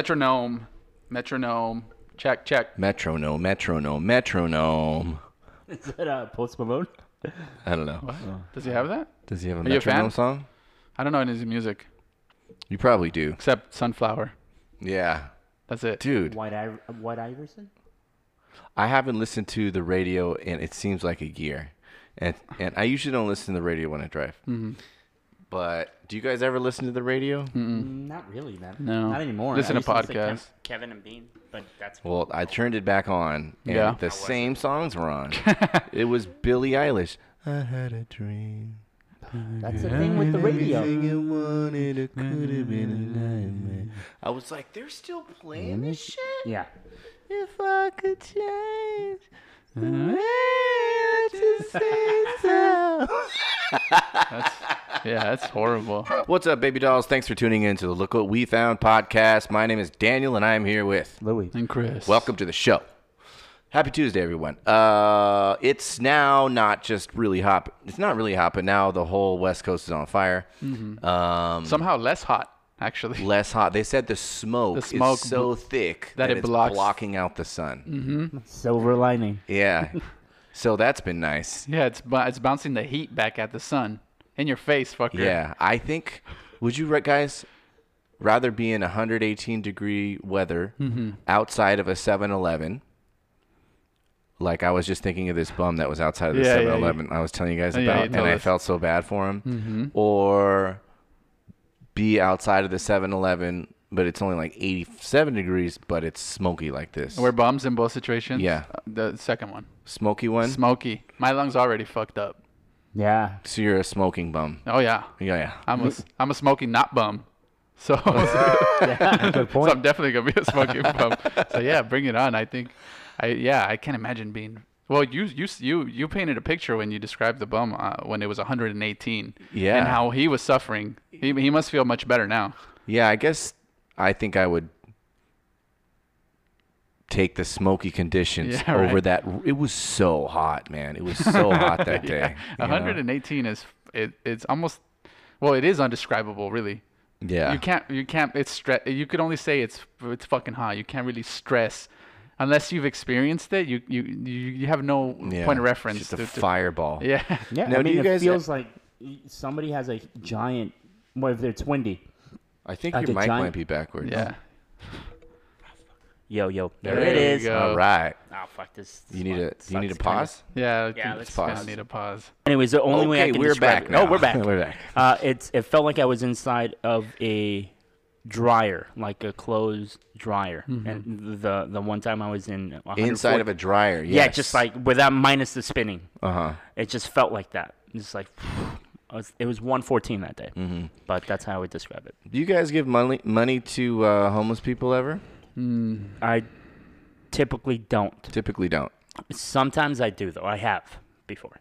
Metronome. Metronome. Check, check. Metronome, metronome, metronome. Is that uh, Post Malone? I don't know. Does he have that? Does he have a you a fan? metronome song? I don't know any of his music You probably do. except Sunflower. Yeah. That's it. Dude, White, I- White Iverson? I haven't listened to the radio in it seems like a year. And and I usually don't listen to the radio when I drive. Mm-hmm. But do you guys ever listen to the radio? Mm. Mm. Not really, man. No. Not anymore. Listen I to used podcasts. Kev- Kevin and Bean, but that's Well, I turned it back on, and Yeah. the same songs were on. it was Billie Eilish. I had a dream. That's the thing with the radio. Everything I wanted, it could have been a nightmare. I was like, they're still playing this shit. Yeah. If I could change. the Mm-hmm. way that you say so. Yeah, that's horrible. What's up, baby dolls? Thanks for tuning in to the Look What We Found podcast. My name is Daniel, and I am here with. Louis. And Chris. Welcome to the show. Happy Tuesday, everyone. Uh, it's now not just really hot. It's not really hot, but now the whole West Coast is on fire. Mm-hmm. Um, Somehow less hot, actually. less hot. They said the smoke, The smoke is so thick that it it's blocks- Mm. blocking out the sun. Silver lining. Yeah. so that's been nice. Yeah, it's bu- it's bouncing the heat back at the sun in your face, fucker. Yeah. I think, would you re- guys rather be in 118 degree weather Mm-hmm. outside of a 7 Eleven? Like I was just thinking of this bum that was outside of the Yeah, yeah, 7 Eleven I was telling you guys Yeah, about, you and told I us. Mm-hmm. felt so bad for him. Or be outside of the 7 Eleven, but it's only like 87 degrees, but it's smoky like this. We're bums in both situations. Yeah. Uh, The second one. smoky one? Smoky. My lungs already fucked up. Yeah. so you're a smoking bum. Oh yeah. Yeah, yeah. I'm a s- I'm a smoky not bum. So, Good so point. I'm definitely gonna be a smoky bum. So yeah, bring it on. I think, I yeah, I can't imagine being. Well, you you you you painted a picture when you described the bum uh, when it was 118. Yeah. And how he was suffering. He he must feel much better now. Yeah, I guess I think I would take the smoky conditions Yeah, over right. that. It was so hot, man. It was so hot that day. you know? 118 is it, it's almost well it is undescribable really Yeah. you can't you can't it's stre- you could only say it's it's fucking hot you can't really stress unless you've experienced it you you you, you have no Yeah, point of it's reference Just a to- to- fireball. yeah Yeah. Now, I do mean, you it guys- uh, feels like somebody has a giant. Well, if it's windy. I think Like your a mic might giant- be backwards. yeah Yo, yo. There it you is. go. All right. Oh fuck this. You need a sucks. you need a It's kinda- pause. yeah, I think let's it's gonna pause. need a pause Anyways, the only way I Okay, can we're describe back it- now. Oh, we're back. we're back. Uh, it's it felt like I was inside of a dryer, like a closed dryer. And the the one time I was in 140 Inside of a dryer. Yes. yeah, just like without minus the spinning, Uh huh. it just felt like that. Just like I was, it was 114 that day, mm-hmm. but that's how I would describe it. Do you guys give money money to uh, homeless people ever? I typically don't. Typically don't. Sometimes I do though. I have before,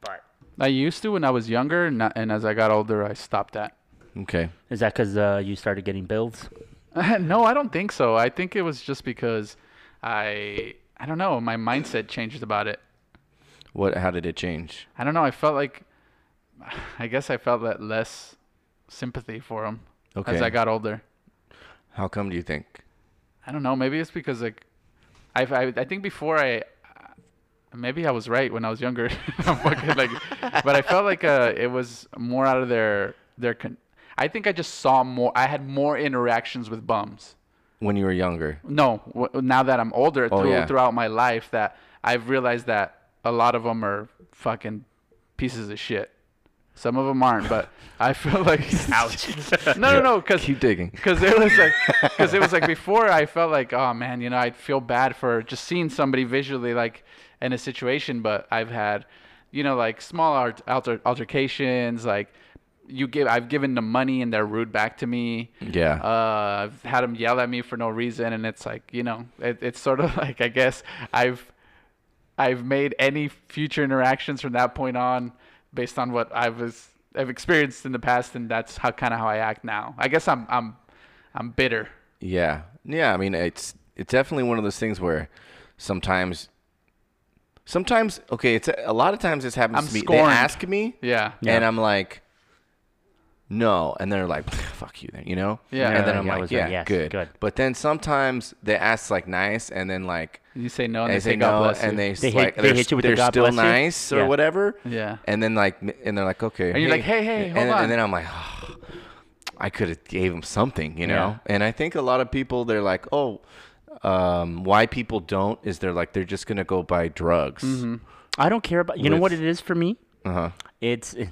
but i used to when i was younger and, I- and as i got older i stopped that Okay. is that because uh, you started getting bills? no, I don't think so. I think it was just because I I don't know, my mindset changed about it. What? How did it change? I don't know, I felt like I guess I felt that less sympathy for him as Okay. I got older. How come do you think? I don't know, maybe it's because like I I, I think before I maybe I was right when I was younger. I'm fucking like but I felt like uh it was more out of their their con- I think I just saw more I had more interactions with bums. When you were younger. no w- now that i'm older Oh, through, yeah. throughout my life that i've realized that a lot of them are fucking pieces of shit some of them aren't but i feel like ouch no no no because Keep digging. because it was like because it was like before i felt like oh man you know i'd feel bad for just seeing somebody visually like in a situation but i've had you know like small art, alter, altercations like you give i've given them money and they're rude back to me Yeah. uh, I've had him yell at me for no reason, and it's like you know, it, it's sort of like I guess I've I've made any future interactions from that point on based on what I was I've experienced in the past, and that's how kind of how I act now. I guess I'm I'm I'm bitter. Yeah. Yeah, I mean it's it's definitely one of those things where sometimes sometimes okay, it's a, a lot of times this happens I'm to me. They scorned. ask me Yeah, and I'm like no, and they're like, fuck you, then, you know? Yeah. And then Yeah, I'm yeah, I like, was yeah, like, yes, good. good. But then sometimes they ask like nice, and then like You say no, and they, they, say say God no, bless you. and they, s- They hit- like they they're, hit you with the they're God still bless you? nice or Yeah. whatever. yeah. And then like, m- and they're like, okay. And you're like, hey, hey, and, hold on. And then I'm like, "Oh, I could have gave them something, you know. And I think a lot of people they're like, oh, um, why people don't is they're like they're just gonna go buy drugs. Mm-hmm. I don't care about. You know With- what it is for me? Uh huh. It's it,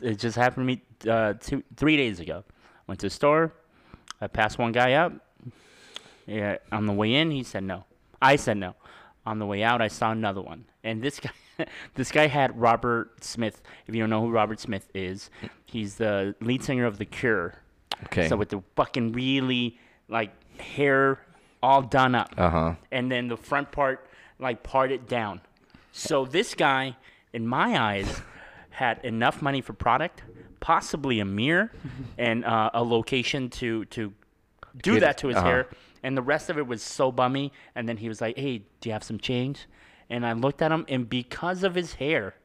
it just happened to me uh, two three days ago. Went to a store. I passed one guy up. Yeah, on the way in, he said no. I said no. On the way out, I saw another one, and this guy, this guy had Robert Smith. If you don't know who Robert Smith is, he's the lead singer of The Cure. Okay. So with the fucking really like hair all done up uh huh. and then the front part like parted down. So this guy, in my eyes, had enough money for product, possibly a mirror, and uh, a location to to do Get- that to his uh-huh. hair. And the rest of it was so bummy. And then he was like, "Hey, do you have some change?" And I looked at him, and because of his hair,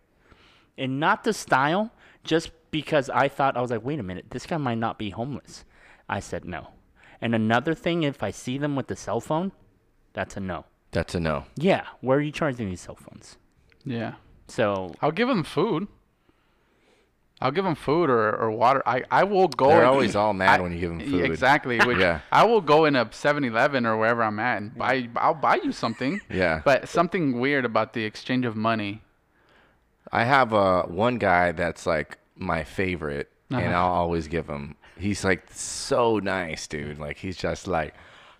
and not the style, just because I thought I was like, wait a minute, this guy might not be homeless. I said no. And another thing, if I see them with the cell phone, that's a no. That's a no. Yeah, where are you charging these cell phones? yeah. So I'll give them food. I'll give them food or, or water. I, I will go. They're and- always all mad I- when you give them y- food. Exactly. Which Yeah. I will go in a 7-Eleven or wherever I'm at and buy. I'll buy you something. Yeah. But something weird about the exchange of money. I have uh, one guy that's like my favorite, Uh-huh. and I'll always give him. He's like so nice, dude. Like he's just like,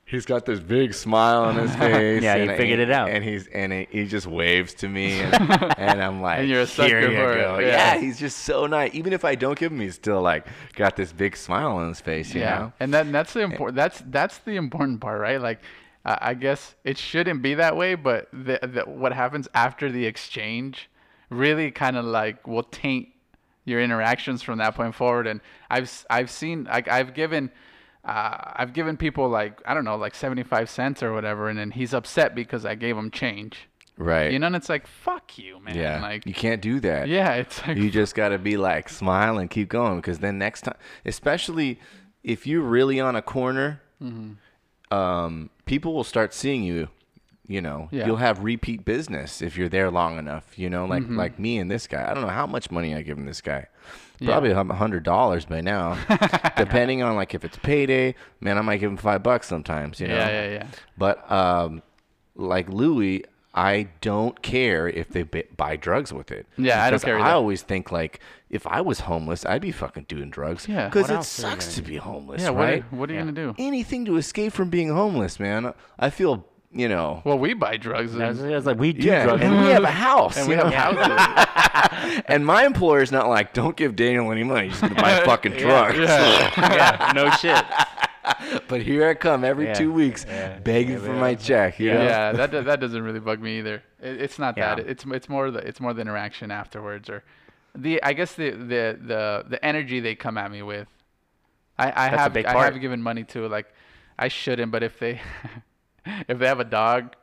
he's got this big smile on his face. Yeah, you and I- figured it out. And he's and he, he just waves to me, and, and I'm like, And you're a sucker "Here you for it, go." yeah. Yeah. he's just so nice. Even if I don't give him, he's still like got this big smile on his face. You Yeah, know? Eh. and then that's the important. That's that's the important part, right? Like, I I guess it shouldn't be that way, but the, the, what happens after the exchange really kind of like will taint your interactions from that point forward. And I've s- I've seen like I've given. Uh, I've given people like I don't know, like seventy-five cents or whatever, and then he's upset because I gave him change. Right. You know, and it's like fuck you, man. Eh. yeah. Like, you can't do that. yeah, it's like you just got to be like smile and keep going because then next time especially if you're really on a corner Mm-hmm. um, people will start seeing you you know Yeah. you'll have repeat business if you're there long enough you know Mm-hmm. like like me and this guy i don't know how much money i give him this guy probably a hundred dollars by now depending on like if it's payday man i might give him five bucks sometimes you know yeah, yeah, yeah. but um, like Louis, I don't care if they b- buy drugs with it. Yeah, I don't Because care I either. always think like if I was homeless, I'd be fucking doing drugs. Yeah. because What it else are you sucks gonna to be homeless, Yeah, what are, right? what are you Yeah. gonna do? Anything to escape from being homeless, man. I feel you know. Well, we buy drugs. I and- was, I was like, we do yeah, drugs. and we have a house. And we you have know? houses. and my employer's not like, don't give Daniel any money. He's gonna buy fucking drugs. yeah, no shit. But here I come every Yeah. two weeks, begging for my check. You know? yeah, that do- that doesn't really bug me either. It, it's not that. Yeah. It's it's more the it's more the interaction afterwards or the I guess the the the, the energy they come at me with. I I a have big I part. have given money to like I shouldn't, but if they if they have a dog,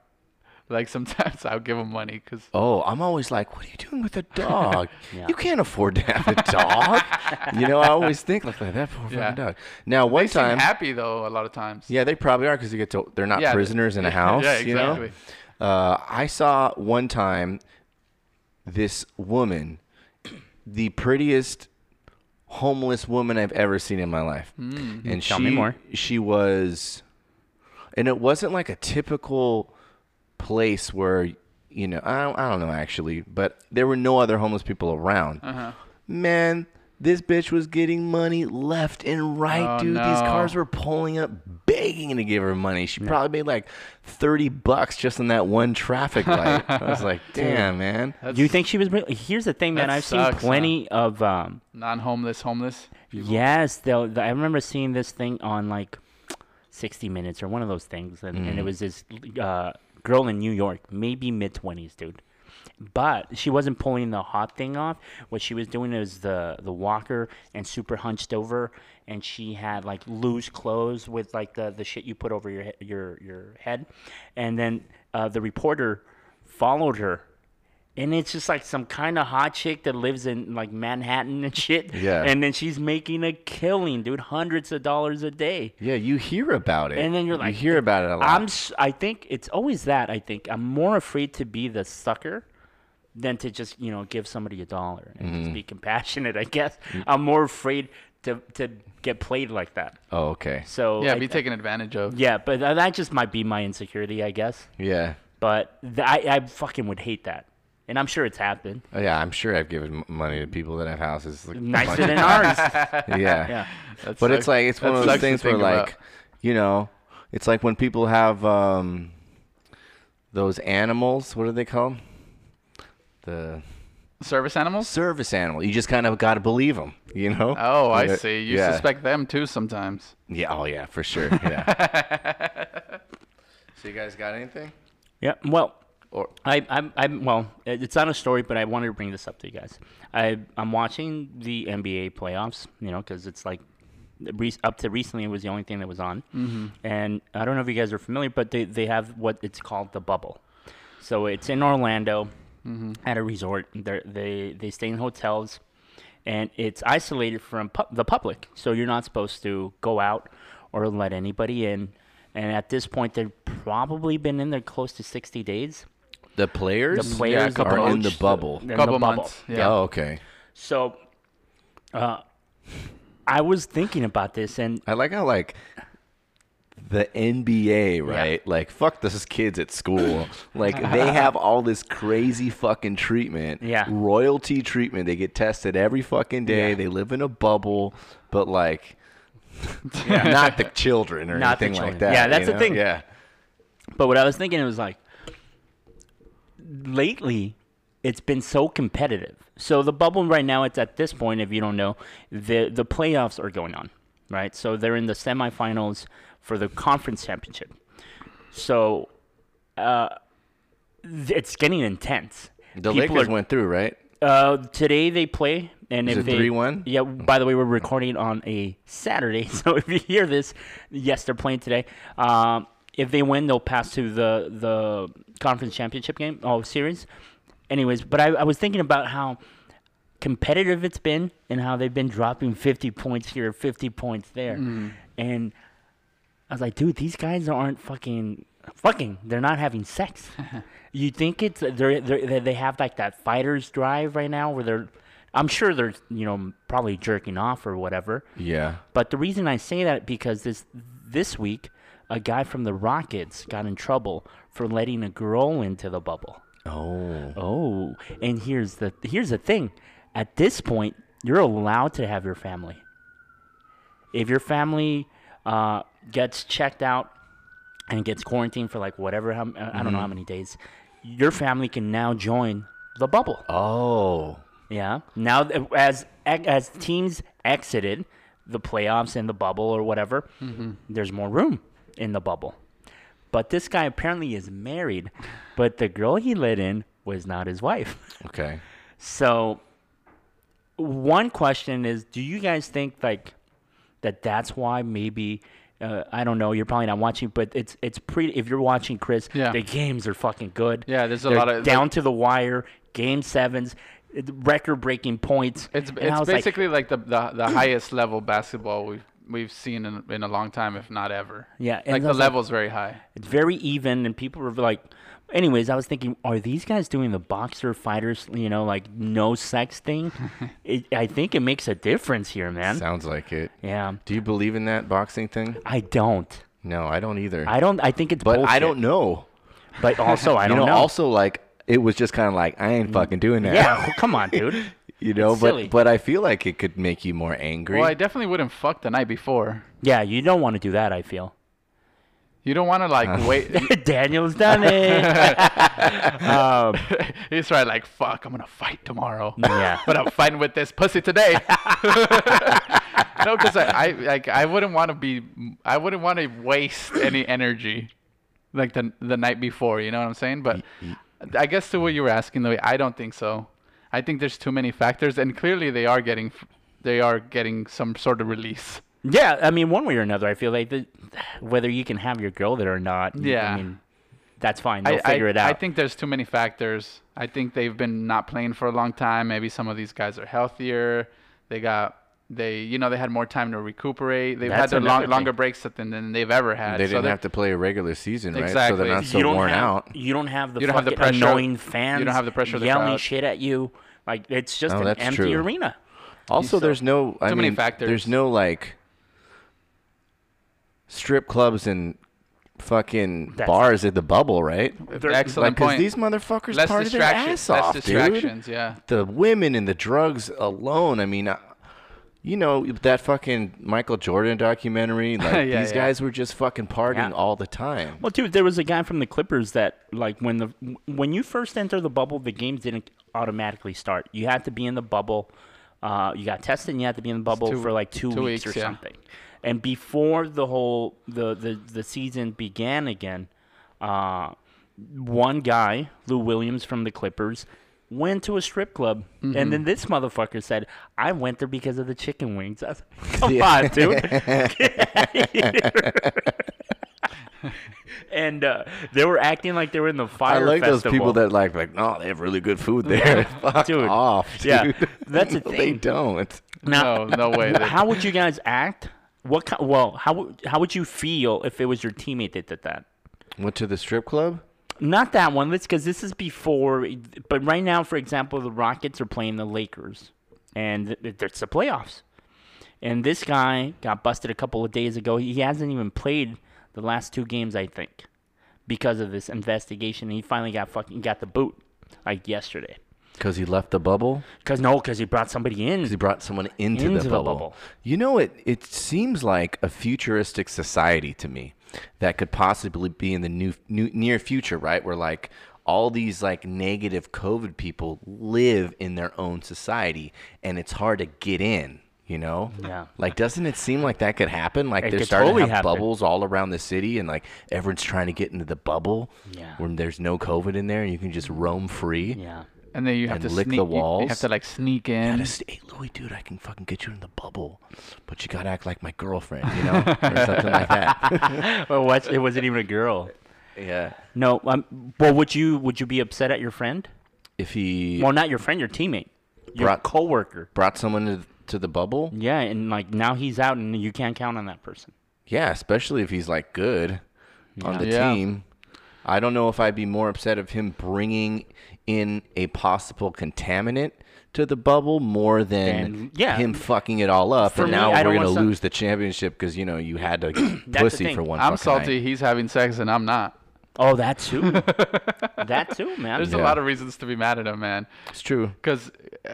like sometimes I'll give them money because Oh, I'm always like, what are you doing with a dog? Yeah. You can't afford to have a dog. you know, I always think like that poor Yeah. fucking dog. Now, one I'm time, happy though a lot of times. yeah, they probably are because they get to, they're not Yeah, prisoners in a house. yeah, you know? exactly. Uh, I saw one time this woman, the prettiest homeless woman I've ever seen in my life, and Mm-hmm. Tell she me more. she was, and it wasn't like a typical place where you know I don't, I don't know actually, but there were no other homeless people around. Uh-huh. Man. This bitch was getting money left and right, Oh, dude. no. These cars were pulling up begging to give her money. She probably made like 30 bucks just on that one traffic light. I was like, damn, man. Do you think she was? Real? Here's the thing, man. That I've sucks, huh? seen plenty of. Um, Non-homeless, homeless. yes, they'll, I remember seeing this thing on like 60 Minutes or one of those things, and, and it was this uh, girl in New York, maybe mid 20s, dude. But she wasn't pulling the hot thing off. What she was doing is the the walker and super hunched over, and she had like loose clothes with like the, the shit you put over your he- your your head, and then uh, the reporter followed her and it's just like some kind of hot chick that lives in like Manhattan and shit. Yeah. And then she's making a killing, dude, hundreds of dollars a day. Yeah, you hear about it. And then you're like, you hear about it a lot. I'm. s- I think it's always that. I think I'm more afraid to be the sucker than to just you know give somebody a dollar and just be compassionate. I guess I'm more afraid to to get played like that. oh, okay. So yeah, I- be taken advantage of. yeah, but tha- that just might be my insecurity, I guess. Yeah. But th- I I fucking would hate that, and I'm sure it's happened. Oh, yeah, I'm sure I've given m- money to people that have houses. Like, a bunch Nicer of- than ours. Yeah. Yeah. That But sucks. it's like it's That one of those sucks to things where think about. like, you know, it's like when people have um, those animals. What do they call 'em? The service animals. service animal. You just kind of got to believe them. You know? Oh, I Yeah. see. You yeah. suspect them too sometimes. Yeah. Oh, yeah, for sure. Yeah. so you guys got anything? Yeah. Well, Or I, I'm, I'm, well, it- it's not a story, but I wanted to bring this up to you guys. I, I'm watching the NBA playoffs, you know, because it's like re- up to recently it was the only thing that was on. Mm-hmm. And I don't know if you guys are familiar, but they, they have what it's called the bubble. So it's in Orlando at a resort. They're, they they stay in hotels, and it's isolated from pu- the public. So you're not supposed to go out or let anybody in. And at this point, they've probably been in there close to 60 days the players. the players are the in the coach, bubble. they're in Couple the bubble. months. Yeah. Oh, okay. So, uh, I was thinking about this, and I like how like the NBA, right? Like fuck those kids at school. like they have all this crazy fucking treatment. Yeah. Royalty treatment. They get tested every fucking day. Yeah. They live in a bubble, but like not the children or Not the anything children. like that. Yeah, that's you the know? thing. Yeah. but what I was thinking it was like, lately, it's been so competitive. So the bubble right now, it's at this point. If you don't know, the the playoffs are going on, right? So they're in the semifinals for the conference championship. So, uh, th- it's getting intense. The People Lakers are- went through, right? Uh, today they play, and Is if it they 3-1? yeah. By the way, we're recording on a Saturday, so if you hear this, yes, they're playing today. Um, if they win, they'll pass to the the conference championship game, oh series. Anyways, but I, I was thinking about how competitive it's been and how they've been dropping 50 points here, 50 points there. Mm-hmm. And I was like, dude, these guys aren't fucking fucking. They're not having sex. you think it's they're, they're they- they have like that fighter's drive right now where they're I'm sure they're, you know, probably jerking off or whatever. Yeah. But the reason I say that because this this week a guy from the Rockets got in trouble for letting a girl into the bubble. Oh. Oh, and here's the here's the thing. At this point, you're allowed to have your family. If your family uh, gets checked out and gets quarantined for like whatever, how, I don't know how many days, your family can now join the bubble. Oh. Yeah. Now, th- as as teams exited the playoffs and the bubble or whatever, there's more room in the bubble. But this guy apparently is married, but the girl he let in was not his wife. Okay. So, one question is: Do you guys think like that? That's why maybe. Uh, I don't know. You're probably not watching, but it's it's pretty. If you're watching, Chris, Yeah. the games are fucking good. Yeah, there's a They're lot of- down to the wire game sevens, record breaking points. It's And I it's was like, basically like, the, the the highest level basketball we've we've seen in, in a long time, if not ever. Yeah, and like I the was like- level's very high. it's very even, and people were like. Anyways, I was thinking, are these guys doing the boxer fighters, you know, like no sex thing? it, I think it makes a difference here, man. Sounds like it. yeah, Do you believe in that boxing thing? I don't. No, I don't either. I don't. I think it's. but I bullshit. don't know. But also, I you don't know, know. also like it was just kind of like I ain't fucking doing that. yeah, well, come on, dude. you know, it's but silly. but I feel like it could make you more angry. Well, I definitely wouldn't fuck the night before. Yeah, you don't want to do that. I feel. You don't want to like wait. Daniel's done it. um, He's right, like fuck. I'm gonna fight tomorrow. yeah. but I'm fighting with this pussy today. no, because I, I like I wouldn't want to be I wouldn't want to waste any energy like the the night before. You know what I'm saying? But I guess to what you were asking, though, I don't think so. I think there's too many factors, and clearly they are getting they are getting some sort of release. Yeah, I mean, one way or another, I feel like the, whether you can have your girl there or not. you- Yeah. I mean, that's fine. They'll I, I, figure it out. I think there's too many factors. I think they've been not playing for a long time. Maybe some of these guys are healthier. They got they you know they had more time to recuperate. They've had That's their another long, thing. longer breaks than, than they've ever had. They So didn't they're- have to play a regular season, right? So Exactly. they're not so you don't worn have, out. You don't have the You don't have fucking the pressure- annoying you fans. don't have the pressure of the yelling crowd. shit at you. Like it's just No, an that's empty true. arena. Also, so- there's no. I too mean, many factors. There's no like strip clubs and fucking That's- bars at the bubble, right? They're- Excellent like, point. these motherfuckers less party their distractions. ass Less off, dude. distractions. Yeah. The women and the drugs alone. I mean, I, you know that fucking Michael Jordan documentary. Like Yeah, these yeah. guys were just fucking partying Yeah. all the time. Well, dude, there was a guy from the Clippers that like when the when you first enter the bubble, the game didn't automatically start. You had to be in the bubble. Uh, you got tested. and You had to be in the bubble two- for like two, two weeks, weeks, or yeah. something. And before the whole the the, the season began again, uh, one guy, Lou Williams from the Clippers, went to a strip club, Mm-hmm. and then this motherfucker said, "I went there because of the chicken wings." I was like, Come on, dude. Get outta here. and uh, they were acting like they were in the I fire. like those festival. people that like like no, they have really good food there. Fuck Dude. off, Yeah, dude. that's the they thing. don't. No, no way. that- how would you guys act? What kind, well, how would- how would you feel if it was your teammate that did that? Went to the strip club. Not that one. Let's because this is before. But right now, for example, the Rockets are playing the Lakers, and th- it's the playoffs. And this guy got busted a couple of days ago. He hasn't even played the last two games, I think, because of this investigation. He finally got fucking got the boot like yesterday. Because he left the bubble? Cause no, cause he brought somebody in. Because he brought someone into, Into the, the bubble. bubble. You know, it, it seems like a futuristic society to me that could possibly be in the new, new near future, right? Where like all these like negative COVID people live in their own society and it's hard to get in. You know, Yeah. Like, doesn't it seem like that could happen? Like, It they're could starting totally to have happen. bubbles all around the city, and like everyone's trying to get into the bubble Yeah. when there's no COVID in there, and you can just roam free. Yeah. and then you have to and lick the sneak. you- You, walls? have to like sneak I in. just, hey, Louis, dude, I can fucking get you in the bubble, but you gotta act like my girlfriend, you know, or something like that. Well, what? It wasn't even a girl. Yeah. No. Um, well, would you would you be upset at your friend? If he Well, not your friend, your teammate, your Brought- coworker. brought someone to, to the bubble, Yeah, and like now he's out, and you can't count on that person. yeah, especially if he's like good on the Yeah. team, I don't know if I'd be more upset of him bringing in a possible contaminant to the bubble more than Than- yeah. him fucking it all up. For and me, now I we're don't gonna want some- lose the championship because you know you had to get That's the pussy thing. for one. I'm fucking night. salty. He's having sex and I'm not. Oh, that too. that too, man. There's Yeah. a lot of reasons to be mad at him, man. It's true. Because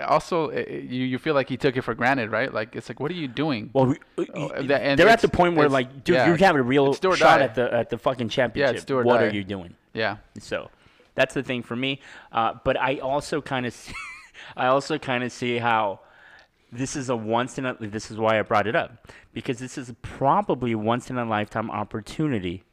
also, i- i- you you feel like he took it for granted, right? Like it's like, what are you doing? Well, we, Oh, y- and that- and they're at the it's- point where it's- like, dude, yeah, you have a real it's do or shot die. at the at the fucking championship. do or what die. are you doing? yeah. So that's the thing for me. Uh, but I also kind of, see I also kind of see how this is a once in a. This is why I brought it up because this is probably a once in a lifetime opportunity,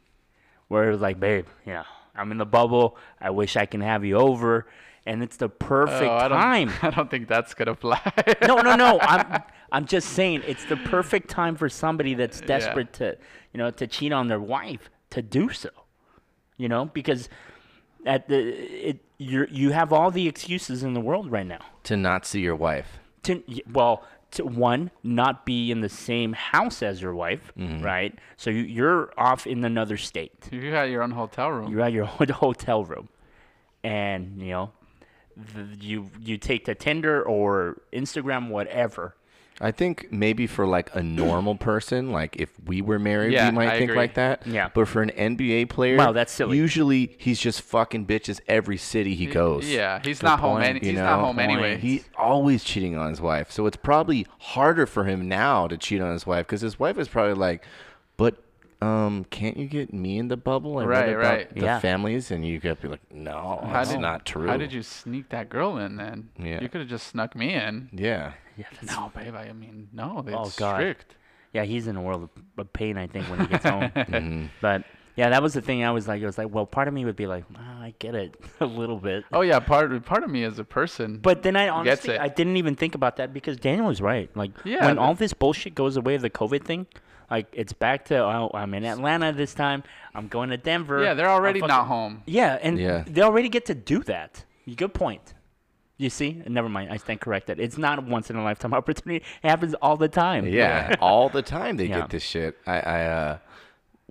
where it was like, babe, you know, I'm in the bubble. I wish I can have you over, and it's the perfect Oh, I don't, time. I don't think that's gonna fly. No, no, no. I'm I'm just saying it's the perfect time for somebody that's desperate to, you know, to cheat on their wife to do so. You know, because at the it you you have all the excuses in the world right now. To not see your wife. To y- well, to one not be in the same house as your wife, right? So you, you're off in another state. You got your own hotel room. You're at your own hotel room, and you know, th you you take to Tinder or Instagram, whatever. I think maybe for like a normal person, like if we were married, Yeah, we might I think agree. like that. Yeah. But for an NBA player, Wow, that's silly. Usually he's just fucking bitches every city he goes. Yeah, he's Good not home. point, Any, you he's not know? home Point. anyway. He's always cheating on his wife, so it's probably harder for him now to cheat on his wife because his wife is probably like, "But um, can't you get me in the bubble?" I read Right, about right. The Yeah. families, and you could be like, "No, How that's did- not true." How did you sneak that girl in then? Yeah. You could have just snuck me in. Yeah. Yeah, that's No, babe. I mean, no. It's Oh, God. strict. Yeah, he's in a world of- of pain, I think, when he gets home. Mm-hmm. But yeah, that was the thing. I was like, it was like, well, part of me would be like, "Ah, I get it a little bit. Oh yeah, part part of me as a person. But then I honestly, it. I didn't even think about that because Daniel was right. Like Yeah, when but- all this bullshit goes away, the COVID thing, Like it's back to oh, I'm in Atlanta this time. I'm going to Denver. Yeah, they're already I'm fucking- not home. Yeah, and Yeah. they already get to do that. Good point. You see? Never mind. I stand corrected. It's not a once in a lifetime opportunity. It happens all the time. Yeah, all the time they Yeah. get this shit. I, I uh,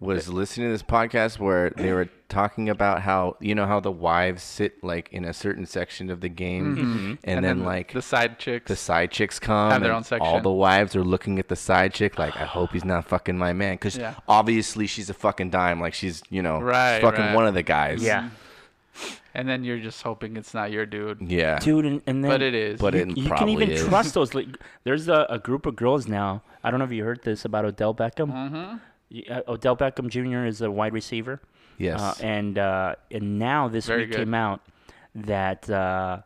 was listening to this podcast where they were talking about how you know how the wives sit like in a certain section of the game, Mm-hmm. and, then, like Mm-hmm. the the, side chicks. side chicks come, Have their and own section. all the wives are looking at the side chick like, I hope he's not fucking my man, because Yeah. obviously she's a fucking dime, like she's you know Right, fucking right. one of the guys. Mm. Yeah. and then you're just hoping it's not your dude. yeah, Dude, and, and then But it is. but you, it you can probably even is. trust those. Like, there's a, a group of girls now. I don't know if you heard this about Odell Beckham. Mhm. You- uh, Odell Beckham Jr. is a wide receiver. Yes, Uh, and uh, and now this Very week good. came out that uh,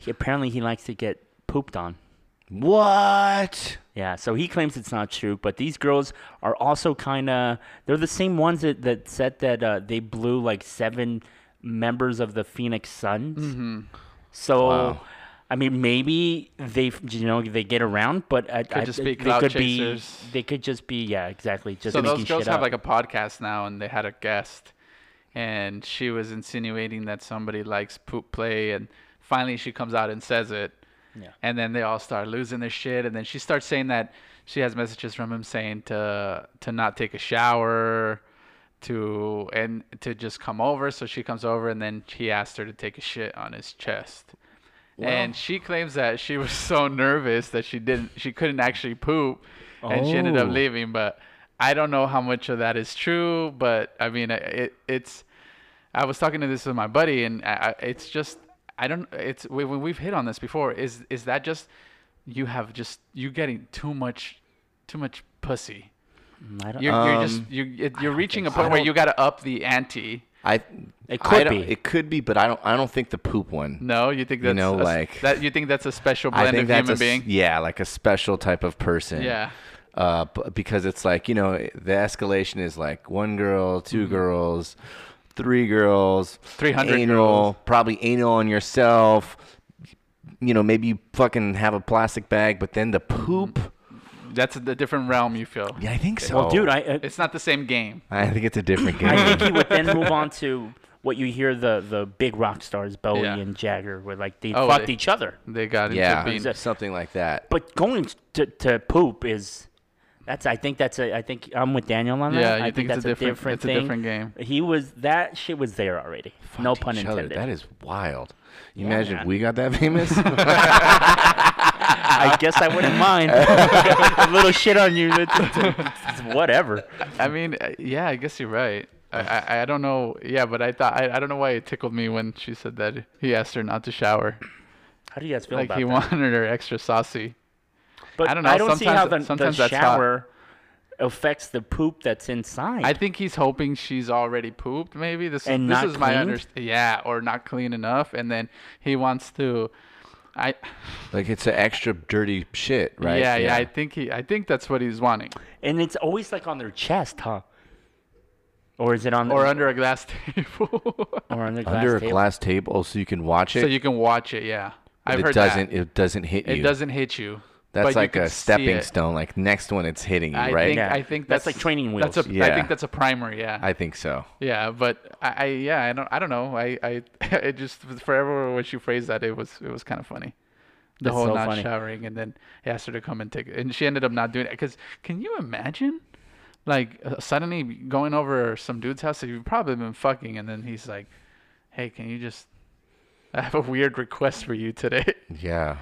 he, apparently he likes to get pooped on. what? Yeah, so he claims it's not true, but these girls are also kind of they're the same ones that, that said that uh, they blew like seven members of the Phoenix Suns. Mm-hmm. So Wow. I mean, maybe they f- you know they get around, but I, I, just be they clout could chasers. be they could just be yeah exactly just So making those girls shit have up. like a podcast now, and they had a guest, and she was insinuating that somebody likes poop play, and finally she comes out and says it, Yeah. and then they all start losing their shit, and then she starts saying that she has messages from him saying to to not take a shower, to and to just come over. So she comes over, and then he asked her to take a shit on his chest. and she claims that she was so nervous that she didn't she couldn't actually poop and she ended up Oh. leaving but i don't know how much of that is true but i mean uh, it it's i was talking to this with my buddy and I, I, it's just i don't it's we, we- we've hit on this before is is that just you have just you getting too much too much pussy Mm, I don't, you're, you're just Um, you it, you're reaching a point where you got to up the ante I It I could don't- be. It could be, but I don't. I don't think the poop one. no you think that's know, a s- like- that you think that's a special I blend think of that's human a s- being yeah, like a special type of person. yeah Uh, b- because it's like you know the escalation is like one girl, 2 Mm-hmm. girls, three girls, 300 anal, girls. probably anal on yourself. You know, maybe you fucking have a plastic bag, but then the Mm-hmm. poop. that's a, the different realm you feel Yeah, I think so. well, dude, I uh, It's not the same game. I think it's a different game. I think he would then move on to what you hear the the big rock stars Bowie Yeah. and Jagger were like they Oh, fucked they- each other. They got into yeah, being. Exact- something like that. But going to, to poop is that's I think that's a I think I'm with Daniel on that. Yeah, I you think, think it's that's a different- it's a thing. different game. He was that shit was there already. no Fucked pun each other. intended. That is wild. You imagine if man. we got that famous? I guess I wouldn't mind a little shit on you. It's, it's- it's whatever. I mean, uh, yeah, I guess you're right. I, I, I don't know. Yeah, but I thought I, I don't know why it tickled me when she said that he asked her not to shower. How do you guys feel Like about he that? wanted her extra saucy. but I don't know, I don't see how sometimes- the, the sometimes that's hot. shower affects the poop that's inside. I think he's hoping she's already pooped. Maybe this is And this not is my cleaned? understanding. Yeah, or not clean enough, and then he wants to. I like it's an extra dirty shit, right? yeah, yeah I think he I think that's what he's wanting. and it's always like on their chest, huh? Or is it on Or under a glass table, or on their glass Under a table? glass table, so you can watch it. so you can watch it. Yeah, But I've it heard that. doesn't it doesn't hit It you. doesn't hit you. but That's you like can a see stepping it. stone. Like next one, it's hitting you, I right? think Yeah. I think that's, That's like training wheels. That's a, I Yeah. think that's a primer. Yeah. I think so. yeah, but I, I yeah I don't I don't know I I it just forever when she phrased that it was it was kind of funny. The That's whole so not funny. showering and then he asked her to come and take it and she ended up not doing it because can you imagine like uh, suddenly going over some dude's house that you've probably been fucking and then he's like, hey, can you just I have a weird request for you today. Yeah.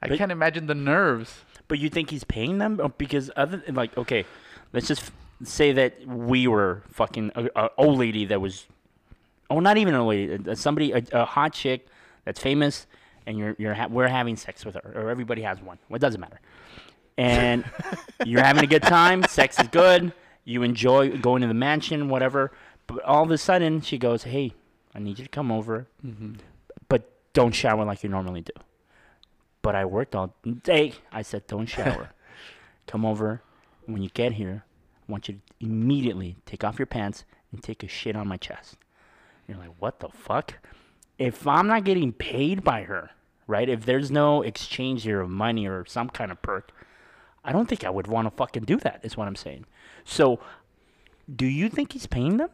I But- can't imagine the nerves. But you think he's paying them Or because other like okay, let's just f- say that we were fucking a, a old lady that was, oh not even an old lady, uh, somebody a, a hot chick that's famous, and you're you're ha- we're having sex with her or everybody has one. Well, it doesn't matter. And you're having a good time. Sex is good. You enjoy going to the mansion, whatever. But all of a sudden she goes, hey, I need you to come over, but don't shower like you normally do but I worked all day. I said, don't shower. Come over. When you get here, I want you to immediately take off your pants and take a shit on my chest. You're like, what the fuck? If I'm not getting paid by her, right? If there's no exchange here of money or some kind of perk, I don't think I would want to fucking do that. Is what I'm saying. So, do you think he's paying them?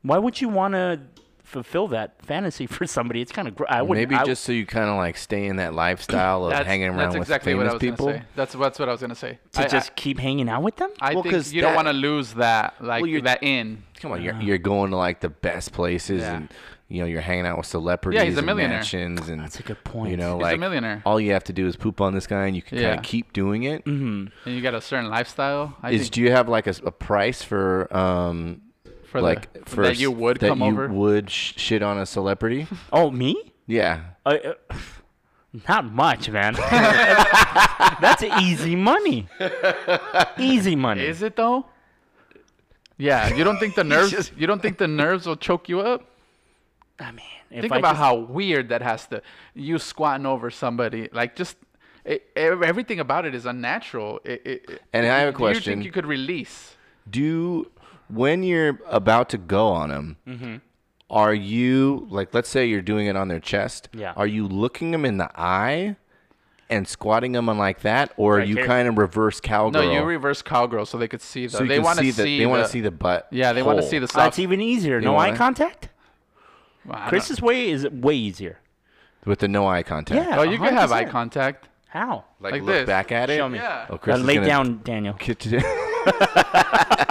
Why would you want to fulfill that fantasy for somebody? It's kind of gr- I would Maybe I, just so you kind of like stay in that lifestyle of That's, hanging around that's with exactly what I famous was people. gonna say. That's that's what I was gonna say. to I, just keep hanging out with them. I, I Well, think 'cause you that- don't want to lose that like Well, you're- that in. Come on, you're, you're going to like the best places, Uh-huh. Yeah. and you know you're hanging out with celebrities. Yeah, he's a and millionaire. mansions and That's a good point. You know, He's a like millionaire. All you have to do is poop on this guy, and you can kind Yeah. of keep doing it. Is And you got a certain lifestyle. I think do you have like a, s- a price for um for the- like for that s- you would that come you over. would sh- shit on a celebrity? Oh, me? yeah, Uh, uh, not much, man. That's easy money. Easy money. Is it though? Yeah, you don't think the nerves you don't think the nerves will choke you up? I mean, if Think I about just- how weird that has to you squatting over somebody. Like just it, ev- everything about it is unnatural. It, it, it- And I have a do you question. think you could release? do when you're about to go on them Mm-hmm. are you like let's say you're doing it on their chest Yeah. are you looking them in the eye and squatting them on like that or are Right you here. kind of reverse cowgirl No, you reverse cowgirl so they could see the so you they can want to the, see they want the- to see the butt Yeah, they want to hole. see the Oh, it's soft. even easier. No wanna- eye contact. Well, I don't- Chris's way is way easier. with the no eye contact Yeah. Oh, you can have eye 100%. contact. How? like, like look this. back at it Show me. Yeah. oh Uh, chris is lay gonna down, Daniel. get to-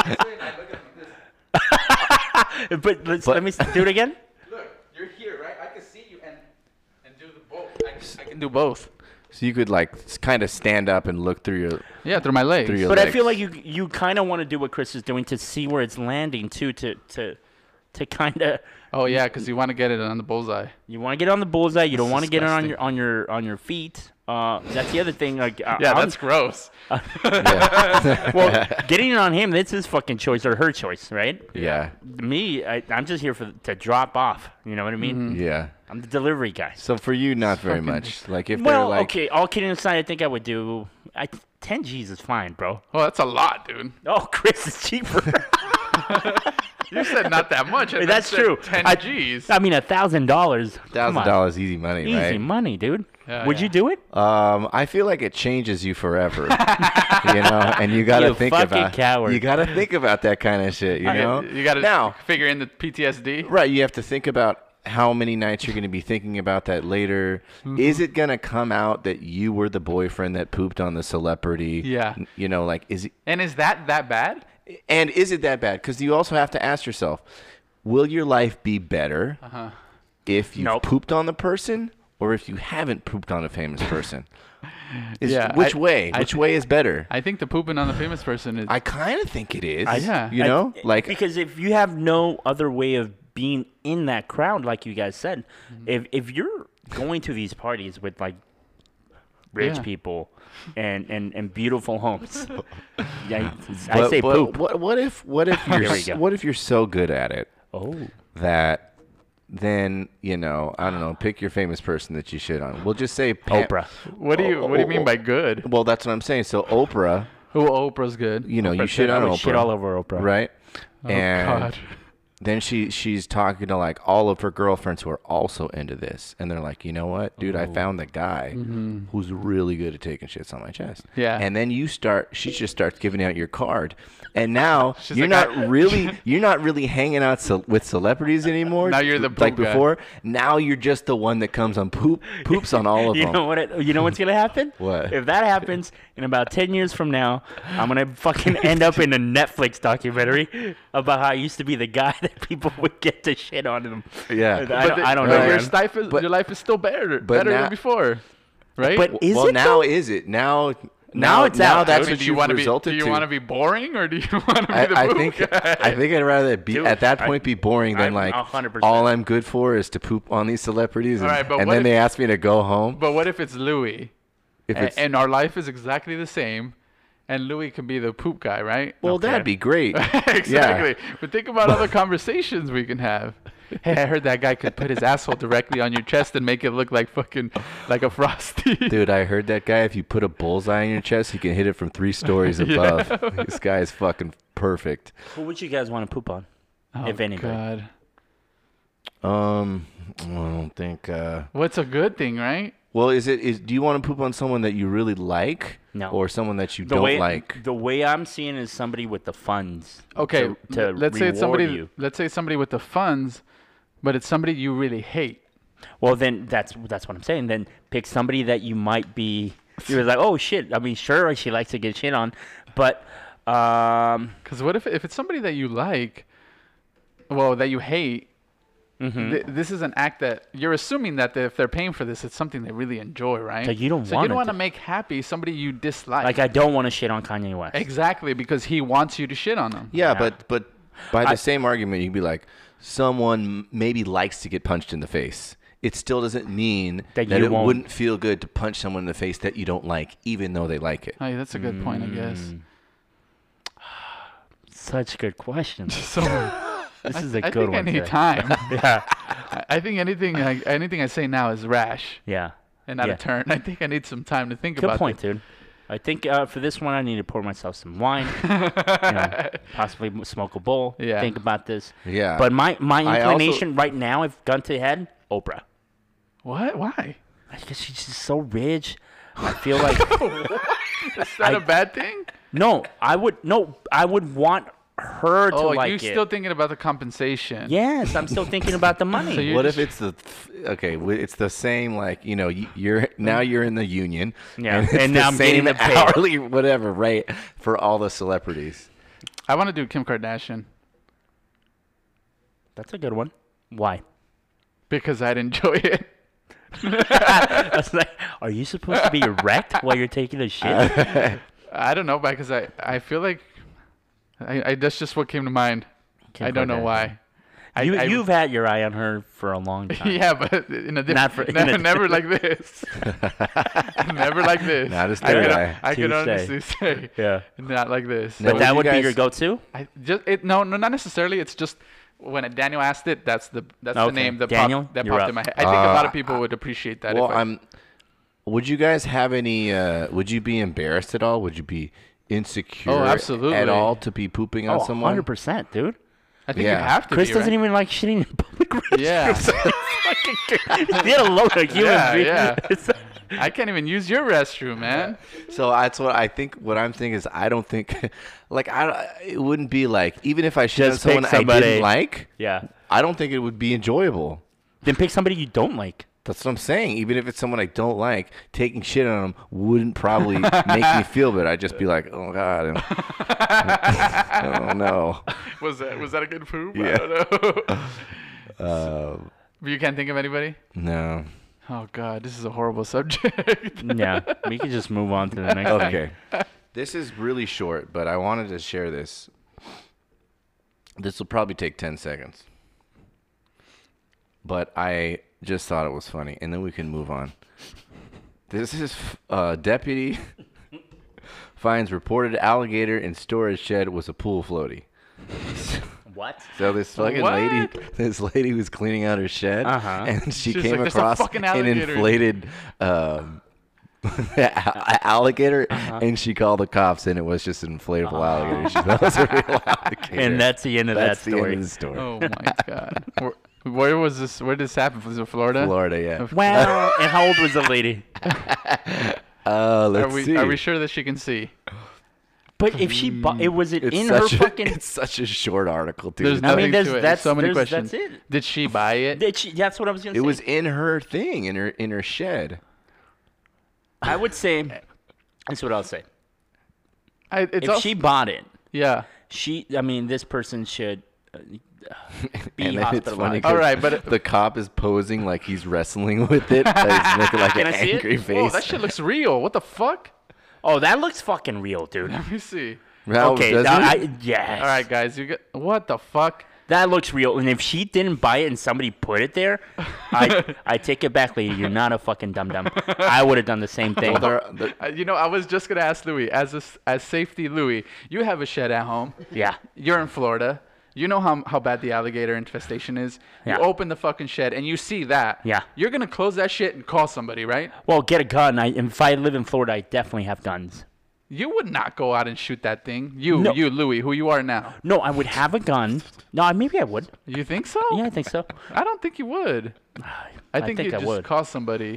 But let's, let me s- do it again. Look, you're here, right? I can see you and and do the both. I can, I can do both. so you could like kind of stand up and look through your Yeah, through my legs. through your But I legs. feel like you you kind of want to do what Chris is doing to see where it's landing too. To to to kind of oh yeah, because you want to get it on the bullseye. you want to get on the bullseye. You don't want to get it on disgusting. your on your on your feet. Uh, that's the other thing. Like uh, Yeah, I'm- that's gross. well, getting it on him. That's his fucking choice or her choice, right? yeah Me, I, I'm just here for to drop off. You know what I mean? yeah I'm the delivery guy. so for you not very much like if they're Well, like okay. All kidding aside, I think I would do. I, Ten G's is fine, bro. Oh, that's a lot, dude. Oh, Chris is cheaper. You said not that much. and That's then said true. 10 I- G's. I mean, a thousand dollars. Come thousand on. dollars easy money Easy right money, dude. Yeah, Would yeah. you do it? Um, I feel like it changes you forever, you know, and you gotta You think fucking about coward. you gotta think about that kind of shit, you know. you got to now, figure in the PTSD. right? You have to think about how many nights you're gonna be thinking about that later. Mm-hmm. Is it gonna come out that you were the boyfriend that pooped on the celebrity? Yeah. N- you know, like is it, And is that that bad? and is it that bad? Because you also have to ask yourself, will your life be better if you Uh-huh. Nope. pooped on the person? Or if you haven't pooped on a famous person, Is- Yeah, which I- way? I which thi- way is better? I think the pooping on the famous person is. I kind of think it is. yeah. You I- eh, know, like because if you have no other way of being in that crowd, like you guys said, if if you're going to these parties with like rich Yeah. people and and and beautiful homes, yeah, I but- say but poop. What, what if what if you're There we s- go. what if you're so good at it Oh, that then you know I don't know pick your famous person that you shit on. We'll just say Pam- Oprah. what do you What do you mean by good? Well, that's what I'm saying. So Oprah, Oh, Oprah's good. you know, you shit I on would Oprah, shit all over Oprah. right? and Oh, God. then she she's talking to like all of her girlfriends who are also into this, and they're like, you know what, dude, Oh. I found the guy who's really good at taking shits on my chest. Mm-hmm. Yeah. And then you start, she just starts giving out your card, and now you're like, not I- really you're not really hanging out ce- with celebrities anymore. Now you're the like poop guy. before. Now you're just the one that comes on poop poops on all of You them. know what? It, you know what's gonna happen? What? If that happens in about ten years from now, I'm gonna fucking end up in a Netflix documentary about how I used to be the guy that people would get to shit on them. Yeah. I But don't, the- I don't but know. Right. Your, man. life is, But- your life is still better, better now- than before, right? But is well, it now though? is it now? Now it's now out, that's I mean, do Oh, what you you've want to be? resulted Do you to. want to be boring or do you want to be the I, I poop think guy? I think I'd rather be Dude, at that I- point be boring than I'm like 100%. all I'm good for is to poop on these celebrities and, Alright, but and what then if- they ask me to go home. But what if it's Louis? if and, it's and our life is exactly the same, and Louis can be the poop guy, right? well, that'd be great. exactly. But think about other conversations we can have. Hey, I heard that guy could put his asshole directly on your chest and make it look like fucking like a frosty. Dude, I heard that guy. If you put a bullseye on your chest, he can hit it from three stories above. This guy is fucking perfect. Who would you guys want to poop on? Oh, if anybody. God. Um, I don't think. Uh, What's a good thing, right? Well, is it is do you want to poop on someone that you really like? No. Or someone that you don't way, like? The way I'm seeing is somebody with the funds. Okay, To, to let's say it's reward somebody. You. Let's say it's somebody with the funds, but it's somebody you really hate. Well, then that's that's what I'm saying. Then pick somebody that you might be. You're like, oh shit. I mean, sure, she likes to get shit on, but um, Because what if if it's somebody that you like, well, that you hate? Mm-hmm. Th- this is an act that you're assuming that if they're paying for this, it's something they really enjoy, right? So you don't So you wanna don't want to do- make happy somebody you dislike. like I don't want to shit on Kanye West. exactly because he wants you to shit on them. Yeah, Yeah. but but by the same argument, you'd be like, someone maybe likes to get punched in the face. It still doesn't mean that, That you it won't- wouldn't feel good to punch someone in the face that you don't like, even though they like it. Hey, that's a good point, I guess. Mm. Such good questions. So I This is a good think one. I need today. time. Yeah. I I think anything I, anything I say now is rash Yeah. and out Yeah. of turn. I think I need some time to think Good about point, this. dude. I think uh, for this one, I need to pour myself some wine, you know, possibly m- smoke a bowl. Yeah. Think about this. Yeah. But my my Uh, I also- inclination right now, if gun to head, Oprah. What? Why? Because she's just so rich. I feel like Is that a I- bad thing? no, I would no, I would want her to Oh, like you're it. still thinking about the compensation. yes, I'm still thinking about the money. you're- What if it's the th- okay? w- It's the same like you know y- you're now you're in the union. Yeah, it's and the now I'm getting same the pay. hourly whatever rate for all the celebrities. I want to do Kim Kardashian That's a good one. Why? because I'd enjoy it. I was like, are you supposed to be erect while you're taking a shit? I don't know, because I, I feel like I, I that's just what came to mind. Kim I don't know Kardashian. why. I- you, I- you've had your eye on her for a long time. Yeah, but in a Not different. for- in never, a- never like this. never like this. Not as I third can, eye. I can Touche. honestly say. Yeah. Not like this. No. But Would that you would be guys- your go-to. I just it, no no not necessarily. It's just when Daniel asked it, that's the that's the Okay. name that Daniel, popped, that you're popped up. Uh, in my head. I think a lot of people would appreciate that. Well, if I, I'm. Would you guys have any? Uh, would you be embarrassed at all? Would you be insecure? absolutely. At all to be pooping on Oh, someone? 100%, dude. I think you yeah. have to. Chris be, doesn't right? even like shitting in public restrooms. Yeah. Let alone a human Yeah, being. yeah. It's- I can't even use your restroom, man. So that's what I think. What I'm thinking is, I don't think, like, I it wouldn't be like even if I shit on Just pick someone I somebody. didn't like, yeah. I don't think it would be enjoyable. Then pick somebody you don't like. That's what I'm saying. Even if it's someone I don't like, taking shit on them wouldn't probably make me feel better. I'd just be like, oh god, oh no. Was that was that a good poop? Yeah. I don't know. Um, you can't think of anybody. no. Oh God, this is a horrible subject. Yeah. we could just move on to the next thing. Okay. this is really short, but I wanted to share this. This will probably take 10 seconds. But I just thought it was funny, and then we can move on. This is uh, deputy finds reported alligator in storage shed was a pool floaty. What? So this fucking What? lady, this lady was cleaning out her shed, Uh-huh. and she She's came like, "There's a across fucking an alligator in- inflated um, a- alligator, Uh-huh. and she called the cops, and it was just an inflatable Ah. alligator. She thought it was a real alligator. And that's the end of That's that the story. end of the story. oh my God. Where, where was this? Where did this happen? Was it Florida? Florida, yeah. Wow. and how old was the lady? Uh, Are let's we see. are we sure that she can see? But if she bought it, was it It's in her such a, fucking. It's such a short article, dude. There's I mean, nothing there's- to it. that's- so many there's- questions. that's it. Did she buy it? Did she- that's what I was going it to say. was in her thing, in her in her shed. I would say. That's what I'll say. I, it's If all, she bought it, yeah. she i mean this person should uh, be and then it's funny hospitalized 'cause All right, uh, but- the cop is posing like he's wrestling with it. Like he's making like Can an I see it? angry Whoa, face. that shit looks real. What the fuck? oh that looks fucking real dude Let me see. Well, okay doesn't that, it? I, yes All right, guys, you get what the fuck? that looks real and if she didn't buy it and somebody put it there i i take it back lady you're not a fucking dum dum i would have done the same thing Well, there- there- Uh, You know, I was just gonna ask Louis as a s as safety Louis. You have a shed at home. yeah You're in Florida. You know how how bad the alligator infestation is. Yeah. You open the fucking shed and you see that. Yeah. You're gonna close that shit and call somebody, right? well get a gun I, if i live in florida i definitely have guns You would not go out and shoot that thing. You, No. you, Louis, who you are now. no i would have a gun no I- maybe i would You think so? yeah i think so I don't think you would. I think, think you'd I just would. call somebody.